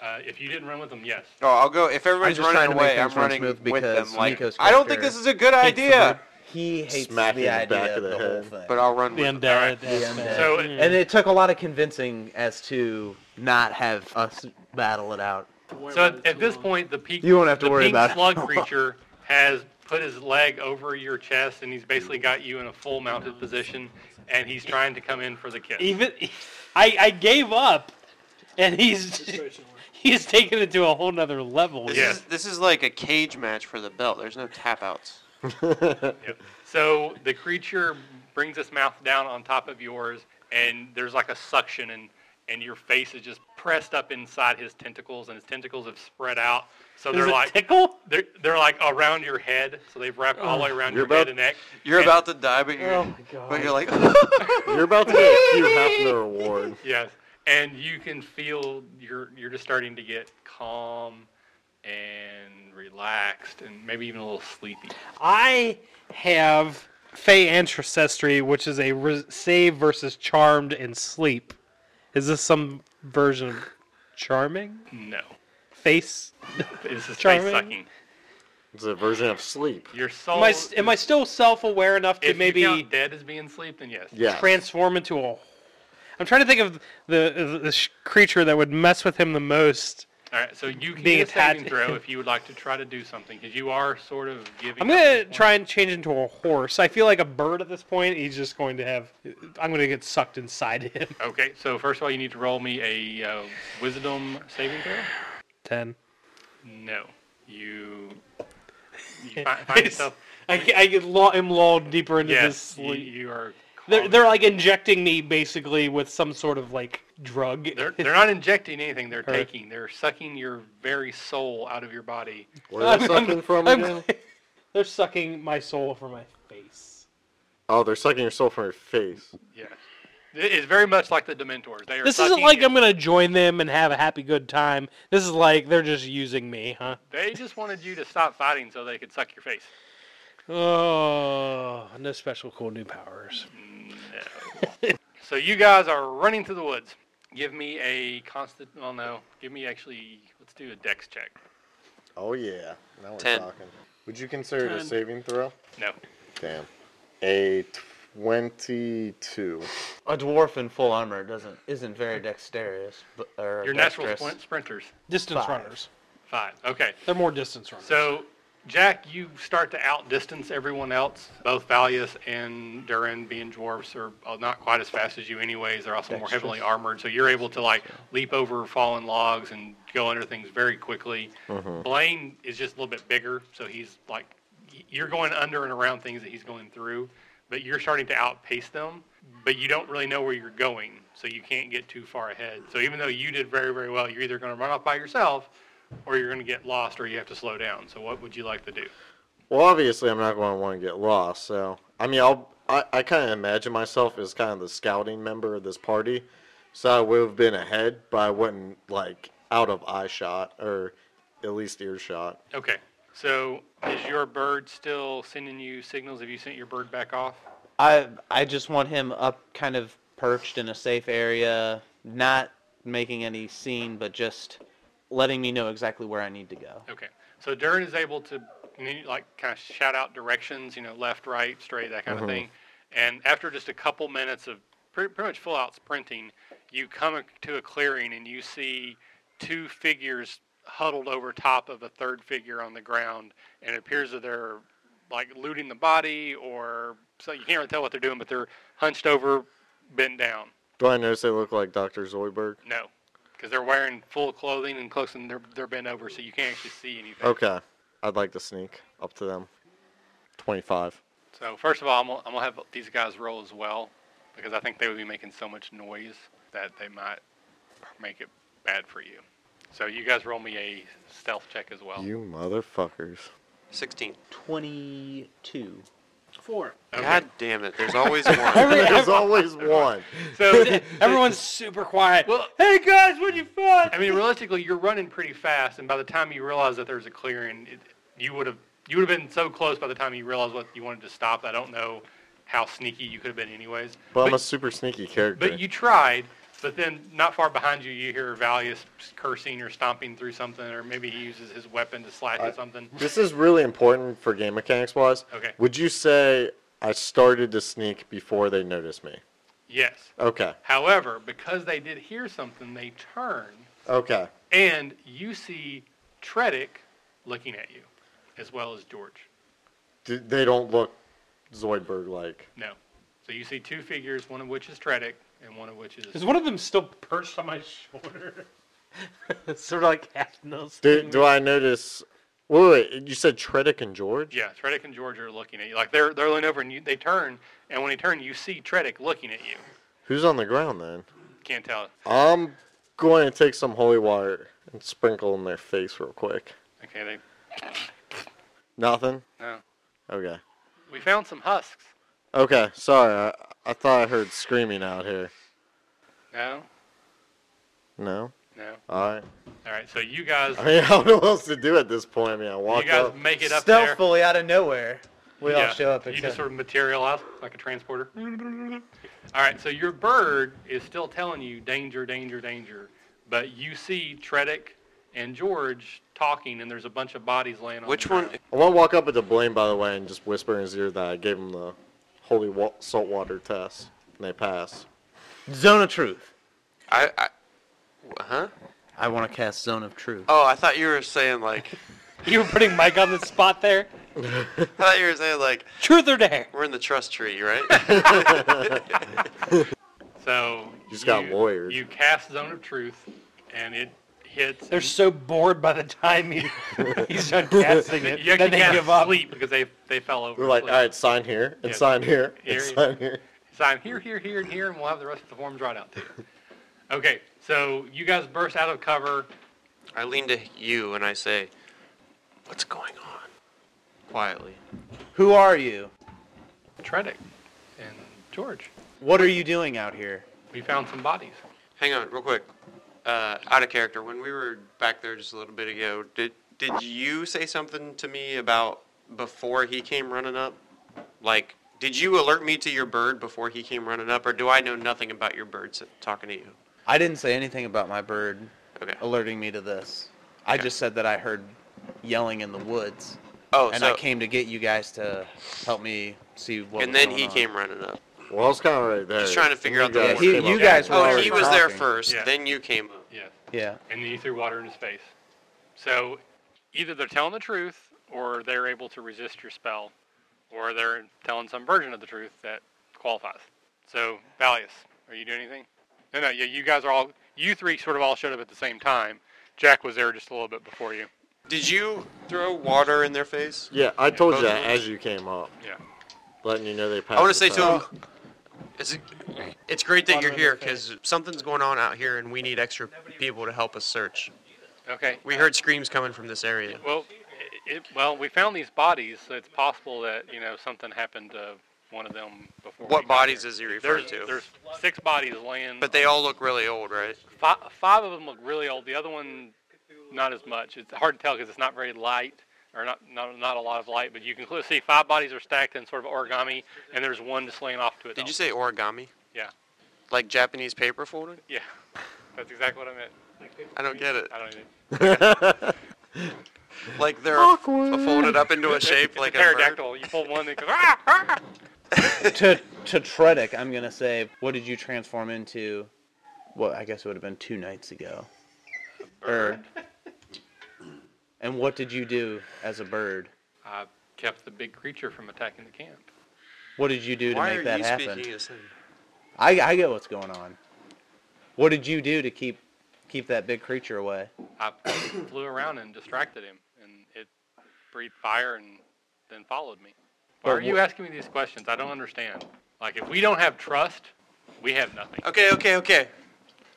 Speaker 1: Uh, if you didn't run with them, yes.
Speaker 7: Oh, I'll go. If everybody's
Speaker 5: just trying
Speaker 7: running
Speaker 5: to make
Speaker 7: away, I'm
Speaker 5: things run
Speaker 7: running
Speaker 5: smooth
Speaker 7: with them.
Speaker 5: because
Speaker 7: Like,
Speaker 5: Nico's
Speaker 7: I don't think
Speaker 5: character
Speaker 7: this is a good
Speaker 5: hates the
Speaker 7: idea.
Speaker 5: bird. he hates
Speaker 4: Smack
Speaker 5: the
Speaker 4: him in the
Speaker 5: idea
Speaker 4: back
Speaker 5: of
Speaker 4: of
Speaker 5: the,
Speaker 4: the
Speaker 5: whole
Speaker 4: head.
Speaker 5: thing.
Speaker 7: But I'll run
Speaker 3: the
Speaker 7: with them.
Speaker 3: undead.
Speaker 5: The undead.
Speaker 1: So
Speaker 5: and it took a lot of convincing as to not have us battle it out.
Speaker 2: Where
Speaker 1: So at,
Speaker 2: was it
Speaker 1: at
Speaker 2: too
Speaker 1: this
Speaker 2: long?
Speaker 1: point, the peak.
Speaker 5: You won't have to
Speaker 1: the
Speaker 5: worry
Speaker 1: pink
Speaker 5: about it.
Speaker 1: slug creature has put his leg over your chest, and he's basically got you in a full mounted position, and he's trying to come in for the kiss.
Speaker 3: Even I, I gave up, and he's he's taken it to a whole nother level.
Speaker 7: This
Speaker 1: Yeah.
Speaker 7: is this is like a cage match for the belt. There's no tap outs.
Speaker 1: Yep. So the creature brings its mouth down on top of yours, and there's like a suction, and and your face is just pressed up inside his tentacles, and his tentacles have spread out. So
Speaker 3: Does
Speaker 1: they're
Speaker 3: it
Speaker 1: like
Speaker 3: tickle?
Speaker 1: they're they're like around your head, so they've wrapped all the way around
Speaker 4: You're
Speaker 1: your head
Speaker 4: about-
Speaker 1: and neck.
Speaker 7: You're
Speaker 1: And-
Speaker 7: about to die, but you're but you're like
Speaker 4: You're about to get a few half the reward.
Speaker 1: Yes, and you can feel you're you're just starting to get calm and relaxed, and maybe even a little sleepy.
Speaker 3: I have Fey ancestry, which is a re- save versus charmed and sleep. Is this some version of charming
Speaker 1: No,
Speaker 3: face?
Speaker 1: this is face
Speaker 3: Charming.
Speaker 1: sucking.
Speaker 4: It's a version of sleep.
Speaker 1: Your soul.
Speaker 3: Am I, s- am I still self-aware enough to
Speaker 1: if
Speaker 3: maybe
Speaker 1: you count dead as being sleep, then yes.
Speaker 4: Yeah.
Speaker 3: transform into a? I'm trying to think of the the, the sh- creature that would mess with him the most
Speaker 1: All right, so you can
Speaker 3: Being
Speaker 1: get a saving
Speaker 3: attacked.
Speaker 1: throw if you would like to try to do something because you are sort of giving.
Speaker 3: I'm
Speaker 1: up
Speaker 3: gonna
Speaker 1: this
Speaker 3: try and change into a horse. I feel like a bird at this point. He's just going to have. I'm gonna get sucked inside him.
Speaker 1: one. Okay, so first of all, you need to roll me a uh, wisdom saving throw.
Speaker 3: Ten.
Speaker 1: No, you. You fi-
Speaker 3: I
Speaker 1: find yourself.
Speaker 3: I, I get law, am lulled deeper into this
Speaker 1: Yes, you,
Speaker 3: sleep.
Speaker 1: you are.
Speaker 3: They're,
Speaker 1: caught.
Speaker 3: they're like injecting me basically with some sort of like drug.
Speaker 1: They're, they're not injecting anything. They're
Speaker 3: Or-
Speaker 1: taking. They're sucking your very soul out of your body.
Speaker 4: Where are they
Speaker 3: I'm- I'm-
Speaker 4: sucking from
Speaker 3: I'm-
Speaker 4: again?
Speaker 3: they're sucking my soul from my face.
Speaker 4: Oh, they're sucking your soul from your face.
Speaker 1: Yeah, it is very much like the Dementors. They are.
Speaker 3: This isn't
Speaker 1: sucking
Speaker 3: like
Speaker 1: your-
Speaker 3: I'm gonna join them and have a happy good time. This is like they're just using me, huh?
Speaker 1: They just wanted you to stop fighting so they could suck your face.
Speaker 3: Oh, no special cool new powers.
Speaker 1: So you guys are running through the woods. Give me a constant. Well, no. Give me actually. Let's do a dex check.
Speaker 4: Oh yeah, now we're
Speaker 7: Ten.
Speaker 4: talking. Would you consider it a
Speaker 2: Ten.
Speaker 4: saving throw?
Speaker 1: No.
Speaker 4: Damn, a twenty-two.
Speaker 5: A dwarf in full armor doesn't isn't very dexterous. But, or
Speaker 1: Your natural
Speaker 5: dexterous.
Speaker 1: sprint, sprinters.
Speaker 3: Distance
Speaker 5: Five.
Speaker 3: runners.
Speaker 1: Five. Okay.
Speaker 3: They're more distance runners.
Speaker 1: So, Jack, you start to outdistance everyone else. Both Valius and Durin, being dwarfs, are uh, not quite as fast as you, anyways. They're also more heavily armored, so you're able to like leap over fallen logs and go under things very quickly. Blaine is just a little bit bigger, so he's like y- you're going under and around things that he's going through, but you're starting to outpace them. But you don't really know where you're going, so you can't get too far ahead. So even though you did very, very well, you're either going to run off by yourself or you're going to get lost or you have to slow down. So what would you like to do?
Speaker 4: Well, obviously, I'm not going to want to get lost. So, I mean, I'll, I, I kind of imagine myself as kind of the scouting member of this party. So I would have been ahead, but I wouldn't like out of eye shot or at least earshot.
Speaker 1: Okay. So is your bird still sending you signals? Have you sent your bird back off?
Speaker 5: I I just want him up, kind of perched in a safe area, not making any scene, but just letting me know exactly where I need to go.
Speaker 1: Okay. So Durin is able to you know, like kind of shout out directions, you know, left, right, straight, that kind of thing. And after just a couple minutes of pretty, pretty much full out sprinting, you come ac- to a clearing and you see two figures huddled over top of a third figure on the ground, and it appears that they're like looting the body, or so you can't really tell what they're doing, but they're hunched over, bent down.
Speaker 4: Do I notice they look like Dr. Zoidberg?
Speaker 1: No, because they're wearing full clothing and close, and they're they're bent over, so you can't actually see anything.
Speaker 4: Okay, I'd like to sneak up to them. 25.
Speaker 1: So first of all, I'm gonna, I'm gonna have these guys roll as well because I think they would be making so much noise that they might make it bad for you. So you guys roll me a stealth check as well.
Speaker 4: You motherfuckers.
Speaker 7: 16.
Speaker 5: Twenty-two.
Speaker 2: Four.
Speaker 1: Okay.
Speaker 7: God damn it! There's always one.
Speaker 4: There's always one.
Speaker 1: So
Speaker 3: Everyone's super quiet.
Speaker 1: Well-
Speaker 3: hey guys, what do you find?
Speaker 1: I mean, realistically, you're running pretty fast, and by the time you realize that there's a clearing, it, you would have you would have been so close by the time you realized what you wanted to stop. I don't know how sneaky you could have been, anyways.
Speaker 4: But I'm a super sneaky character.
Speaker 1: But you tried. But then, not far behind you, you hear Valius cursing or stomping through something, or maybe he uses his weapon to slash
Speaker 4: I-
Speaker 1: at something.
Speaker 4: This is really important for game mechanics wise.
Speaker 1: Okay.
Speaker 4: Would you say I started to sneak before they noticed me?
Speaker 1: Yes.
Speaker 4: Okay.
Speaker 1: However, because they did hear something, they turn,
Speaker 4: Okay.
Speaker 1: and you see Tredic looking at you, as well as George.
Speaker 4: D- they don't look Zoidberg like.
Speaker 1: No. So you see two figures, one of which is Tredic, and one of which is.
Speaker 3: Is one of them still perched on my shoulder? sort of like half nose.
Speaker 4: Do, do I notice? Wait, wait, you said Tredic and George?
Speaker 1: Yeah, Tredic and George are looking at you. Like they're they're leaning over, and you, they turn, and when they turn, you see Tredic looking at you.
Speaker 4: Who's on the ground then?
Speaker 1: Can't tell.
Speaker 4: I'm going to take some holy water and sprinkle in their face real quick.
Speaker 1: Okay, they.
Speaker 4: Nothing?
Speaker 1: No.
Speaker 4: Okay.
Speaker 1: We found some husks.
Speaker 4: Okay, sorry. I, I thought I heard screaming out here.
Speaker 1: No,
Speaker 4: No?
Speaker 1: no.
Speaker 4: Alright.
Speaker 1: All right, so you guys,
Speaker 4: I mean, I don't know what else to do at this point. I mean, I
Speaker 1: you
Speaker 4: walked
Speaker 1: guys
Speaker 4: up.
Speaker 1: make it up there.
Speaker 5: Stealthily out of nowhere, we
Speaker 1: Yeah,
Speaker 5: all show up.
Speaker 1: You
Speaker 5: Except
Speaker 1: just sort of materialize like a transporter. All right, so your bird is still telling you danger, danger, danger, but you see Tredic and George talking, and there's a bunch of bodies laying on.
Speaker 7: Which
Speaker 1: the ground.
Speaker 7: one?
Speaker 4: I want to walk up at the Blaine, by the way, and just whisper in his ear that I gave him the holy wa- salt water test, and they pass.
Speaker 5: zone of truth.
Speaker 7: I, I. Huh?
Speaker 5: I want to cast Zone of Truth.
Speaker 7: Oh, I thought you were saying like,
Speaker 3: You were putting Mike on the spot there.
Speaker 7: I thought you were saying like,
Speaker 3: Truth or dare?
Speaker 7: we're in the trust tree, right?
Speaker 1: So
Speaker 4: Just got lawyered.
Speaker 1: You cast Zone of Truth, and it hits.
Speaker 3: They're
Speaker 1: and
Speaker 3: so bored by the time he, he's done casting
Speaker 1: you
Speaker 3: it.
Speaker 1: actually
Speaker 3: then they
Speaker 1: cast
Speaker 3: give up.
Speaker 1: sleep because they they fell over.
Speaker 4: We're like, all
Speaker 1: asleep.
Speaker 4: right, sign here and
Speaker 1: Yeah.
Speaker 4: sign here and
Speaker 1: Here.
Speaker 4: sign here.
Speaker 1: sign here, here, here, and here, and we'll have the rest of the forms right out to you. Okay, so you guys burst out of cover.
Speaker 7: I lean to you and I say, what's going on? Quietly.
Speaker 5: Who are you?
Speaker 1: Tredic and George,
Speaker 5: What are you doing out here?
Speaker 1: we found some bodies.
Speaker 7: Hang on, real quick. Uh, out of character. When we were back there just a little bit ago, did did you say something to me about before he came running up? Like, did you alert me to your bird before he came running up, or do I know nothing about your bird s- talking to you?
Speaker 5: I didn't say anything about my bird
Speaker 7: Okay.
Speaker 5: alerting me to this. I just said that I heard yelling in the woods,
Speaker 7: Oh,
Speaker 5: and
Speaker 7: so
Speaker 5: I came to get you guys to help me see what.
Speaker 7: and
Speaker 5: was
Speaker 7: then
Speaker 5: going
Speaker 7: he
Speaker 5: on.
Speaker 7: came running up.
Speaker 4: Well, I was kind of right there.
Speaker 7: Just trying to figure
Speaker 4: Uh, You
Speaker 7: out the
Speaker 4: guys
Speaker 7: order.
Speaker 5: Yeah,
Speaker 4: came
Speaker 5: he- you
Speaker 4: up-
Speaker 5: guys were-
Speaker 7: Oh,
Speaker 5: already
Speaker 7: he was there
Speaker 5: talking.
Speaker 7: first.
Speaker 1: Yeah.
Speaker 7: Then you came up.
Speaker 1: Yes.
Speaker 5: Yeah.
Speaker 1: And then you threw water into space. So either they're telling the truth, or they're able to resist your spell, or they're telling some version of the truth that qualifies. So, Valius, are you doing anything? No, no, yeah, you guys are all, you three sort of all showed up at the same time. Jack was there just a little bit before you.
Speaker 7: Did you throw water in their face?
Speaker 4: Yeah, I told you
Speaker 7: both
Speaker 4: that
Speaker 7: of them.
Speaker 4: as you came up,
Speaker 1: Yeah.
Speaker 4: letting you know they passed.
Speaker 7: I want to
Speaker 4: the
Speaker 7: say to
Speaker 4: time.
Speaker 7: him, it's, it's great that you're here because something's going on out here and we need extra people to help us search.
Speaker 1: Okay.
Speaker 7: We heard screams coming from this area.
Speaker 1: Well, it, well, we found these bodies, so it's possible that you know something happened to one of them before. we
Speaker 7: What
Speaker 1: got
Speaker 7: bodies
Speaker 1: there.
Speaker 7: is he referring
Speaker 1: There's,
Speaker 7: to?
Speaker 1: there's six bodies laying.
Speaker 7: But they all look really old, right?
Speaker 1: five, five of them look really old. The other one, not as much. It's hard to tell because it's not very light, or not, not not a lot of light. But you can clearly see five bodies are stacked in sort of origami, and there's one just laying off to it.
Speaker 7: Did you say origami?
Speaker 1: Yeah.
Speaker 7: Like Japanese paper folded?
Speaker 1: Yeah, that's exactly what I meant.
Speaker 7: I don't get it.
Speaker 1: I don't even.
Speaker 7: Like they're f- folded up into a shape
Speaker 1: it's
Speaker 7: like
Speaker 1: a
Speaker 7: a bird?
Speaker 1: pterodactyl. You pull one, they go. Ah, ah!
Speaker 5: to to Tredic, I'm gonna say, what did you transform into? Well, I guess it would have been two nights ago. Bird. and what did you do as a bird?
Speaker 1: I kept the big creature from attacking the camp.
Speaker 5: What did you do to
Speaker 7: Why
Speaker 5: make
Speaker 7: are
Speaker 5: that
Speaker 7: you
Speaker 5: happen?
Speaker 7: speaking as him?
Speaker 5: I I get what's going on. What did you do to keep keep that big creature away?
Speaker 1: I flew around and distracted him, and it breathed fire and then followed me. Why
Speaker 5: But
Speaker 1: are you
Speaker 5: wh-
Speaker 1: asking me these questions? I don't understand. Like, if we don't have trust, we have nothing.
Speaker 7: Okay, okay, okay.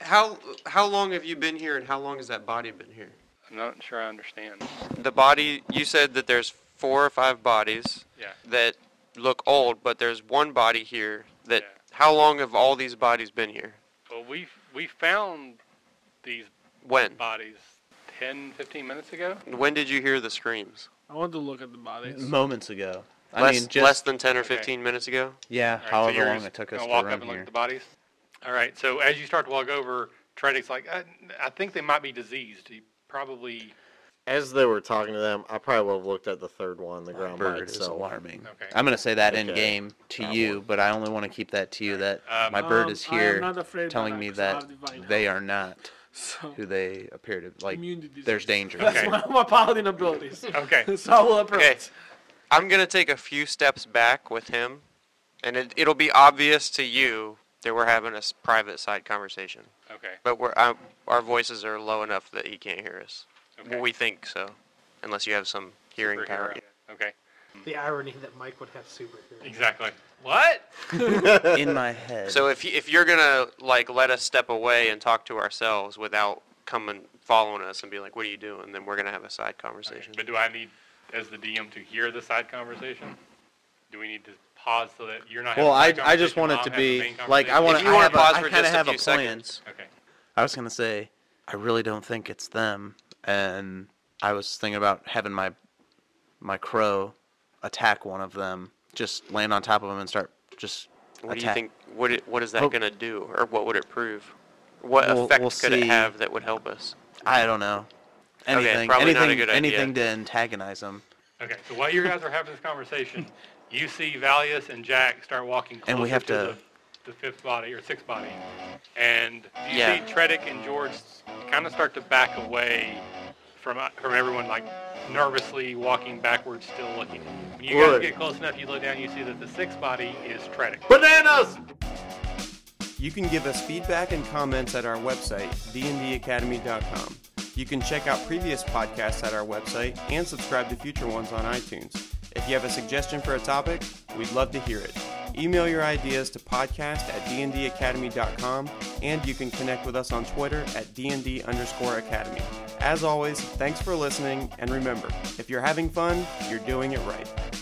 Speaker 7: How how long have you been here and how long has that body been here?
Speaker 1: I'm not sure I understand.
Speaker 7: The body you said that there's four or five bodies
Speaker 1: Yeah.
Speaker 7: that look old, but there's one body here that
Speaker 1: Yeah.
Speaker 7: how long have all these bodies been here?
Speaker 1: Well, we we found these
Speaker 7: When?
Speaker 1: bodies 10, 15 minutes ago.
Speaker 7: When did you hear the screams?
Speaker 2: I want to look at the bodies.
Speaker 5: Moments ago. I
Speaker 7: less,
Speaker 5: mean, just
Speaker 7: less than 10 or
Speaker 1: Okay.
Speaker 7: 15 minutes ago?
Speaker 5: yeah,
Speaker 1: All right, so
Speaker 5: however
Speaker 1: you're
Speaker 5: long
Speaker 1: just
Speaker 5: it took us
Speaker 1: gonna
Speaker 5: to
Speaker 1: walk up
Speaker 5: run
Speaker 1: and look
Speaker 5: here.
Speaker 1: at the bodies. All right. So as you start to walk over, Tredic's like, I, I think they might be diseased. He probably.
Speaker 4: as they were talking to them, I probably would have looked at the third one, the ground by
Speaker 5: bird is
Speaker 4: itself.
Speaker 5: alarming.
Speaker 1: Okay.
Speaker 5: I'm gonna say that in
Speaker 4: Okay.
Speaker 5: game to
Speaker 4: I
Speaker 5: you, but I only want to keep that to you. That
Speaker 1: Um,
Speaker 5: my bird
Speaker 2: Um,
Speaker 5: is
Speaker 2: I am
Speaker 5: here,
Speaker 2: not afraid of
Speaker 5: telling
Speaker 2: that,
Speaker 5: me
Speaker 2: 'cause I
Speaker 5: that
Speaker 2: have divine
Speaker 5: they are not
Speaker 2: So,
Speaker 5: who they appear to like.
Speaker 2: immune to disease.
Speaker 5: There's danger.
Speaker 2: That's
Speaker 1: Okay.
Speaker 2: one of my paladin abilities.
Speaker 1: Okay.
Speaker 2: so I will approach.
Speaker 7: Okay. I'm going to take a few steps back with him, and it, it'll be obvious to you that we're having a s- private side conversation.
Speaker 1: Okay.
Speaker 7: But we're, I, our voices are low enough that he can't hear us.
Speaker 1: Okay.
Speaker 7: We think so, unless you have some hearing power.
Speaker 1: Superhero. Okay.
Speaker 8: The irony that Mike would have superheroes.
Speaker 1: Exactly. What?
Speaker 5: In my head.
Speaker 7: So if, you- if you're going to like let us step away and talk to ourselves without coming following us and be like, what are you doing? Then we're going to have a side
Speaker 1: Okay,
Speaker 7: conversation.
Speaker 1: But do I need, as the DM, to hear the side conversation? Do we need to pause so that you're not? having
Speaker 5: well,
Speaker 1: a
Speaker 5: I
Speaker 1: side
Speaker 5: I just
Speaker 1: conversation
Speaker 5: want it
Speaker 1: while
Speaker 5: to
Speaker 1: I'm having the
Speaker 5: be
Speaker 1: main
Speaker 5: like I
Speaker 1: conversation?
Speaker 5: want
Speaker 7: If
Speaker 5: to.
Speaker 7: you wanna
Speaker 5: I have a-
Speaker 7: pause
Speaker 5: I
Speaker 7: for
Speaker 5: kind of
Speaker 7: just a
Speaker 5: have a
Speaker 7: few
Speaker 5: plan.
Speaker 7: seconds.
Speaker 1: Okay.
Speaker 5: I was gonna say I really don't think it's them, and I was thinking about having my my crow attack one of them, just land on top of them and start just.
Speaker 7: What do you
Speaker 5: attack.
Speaker 7: think? What it, what is that
Speaker 5: Well-
Speaker 7: going to do, or what would it prove? What
Speaker 5: We'll-
Speaker 7: effect
Speaker 5: we'll
Speaker 7: could
Speaker 5: see.
Speaker 7: it have that would help us?
Speaker 5: I don't know.
Speaker 7: Okay,
Speaker 5: Anything,
Speaker 7: probably not a
Speaker 5: anything,
Speaker 7: good idea.
Speaker 5: anything to antagonize them,
Speaker 1: Okay. So while you guys are having this conversation, you see Valius and Jack start walking closer
Speaker 5: and we have
Speaker 1: to,
Speaker 5: to
Speaker 1: the the fifth body or sixth body, and you
Speaker 9: Yeah.
Speaker 1: see Tredick and George kind of start to back away from uh, from everyone, like nervously walking backwards, still looking. When you
Speaker 2: Right.
Speaker 1: guys get close enough, you look down, you see that the sixth body is Tredick.
Speaker 2: Bananas!
Speaker 7: You can give us feedback and comments at our website, dndacademy.com. You can check out previous podcasts at our website and subscribe to future ones on iTunes. If you have a suggestion for a topic, we'd love to hear it. Email your ideas to podcast at dndacademy.com and you can connect with us on Twitter at dnd underscore academy. As always, thanks for listening and remember, if you're having fun, you're doing it right.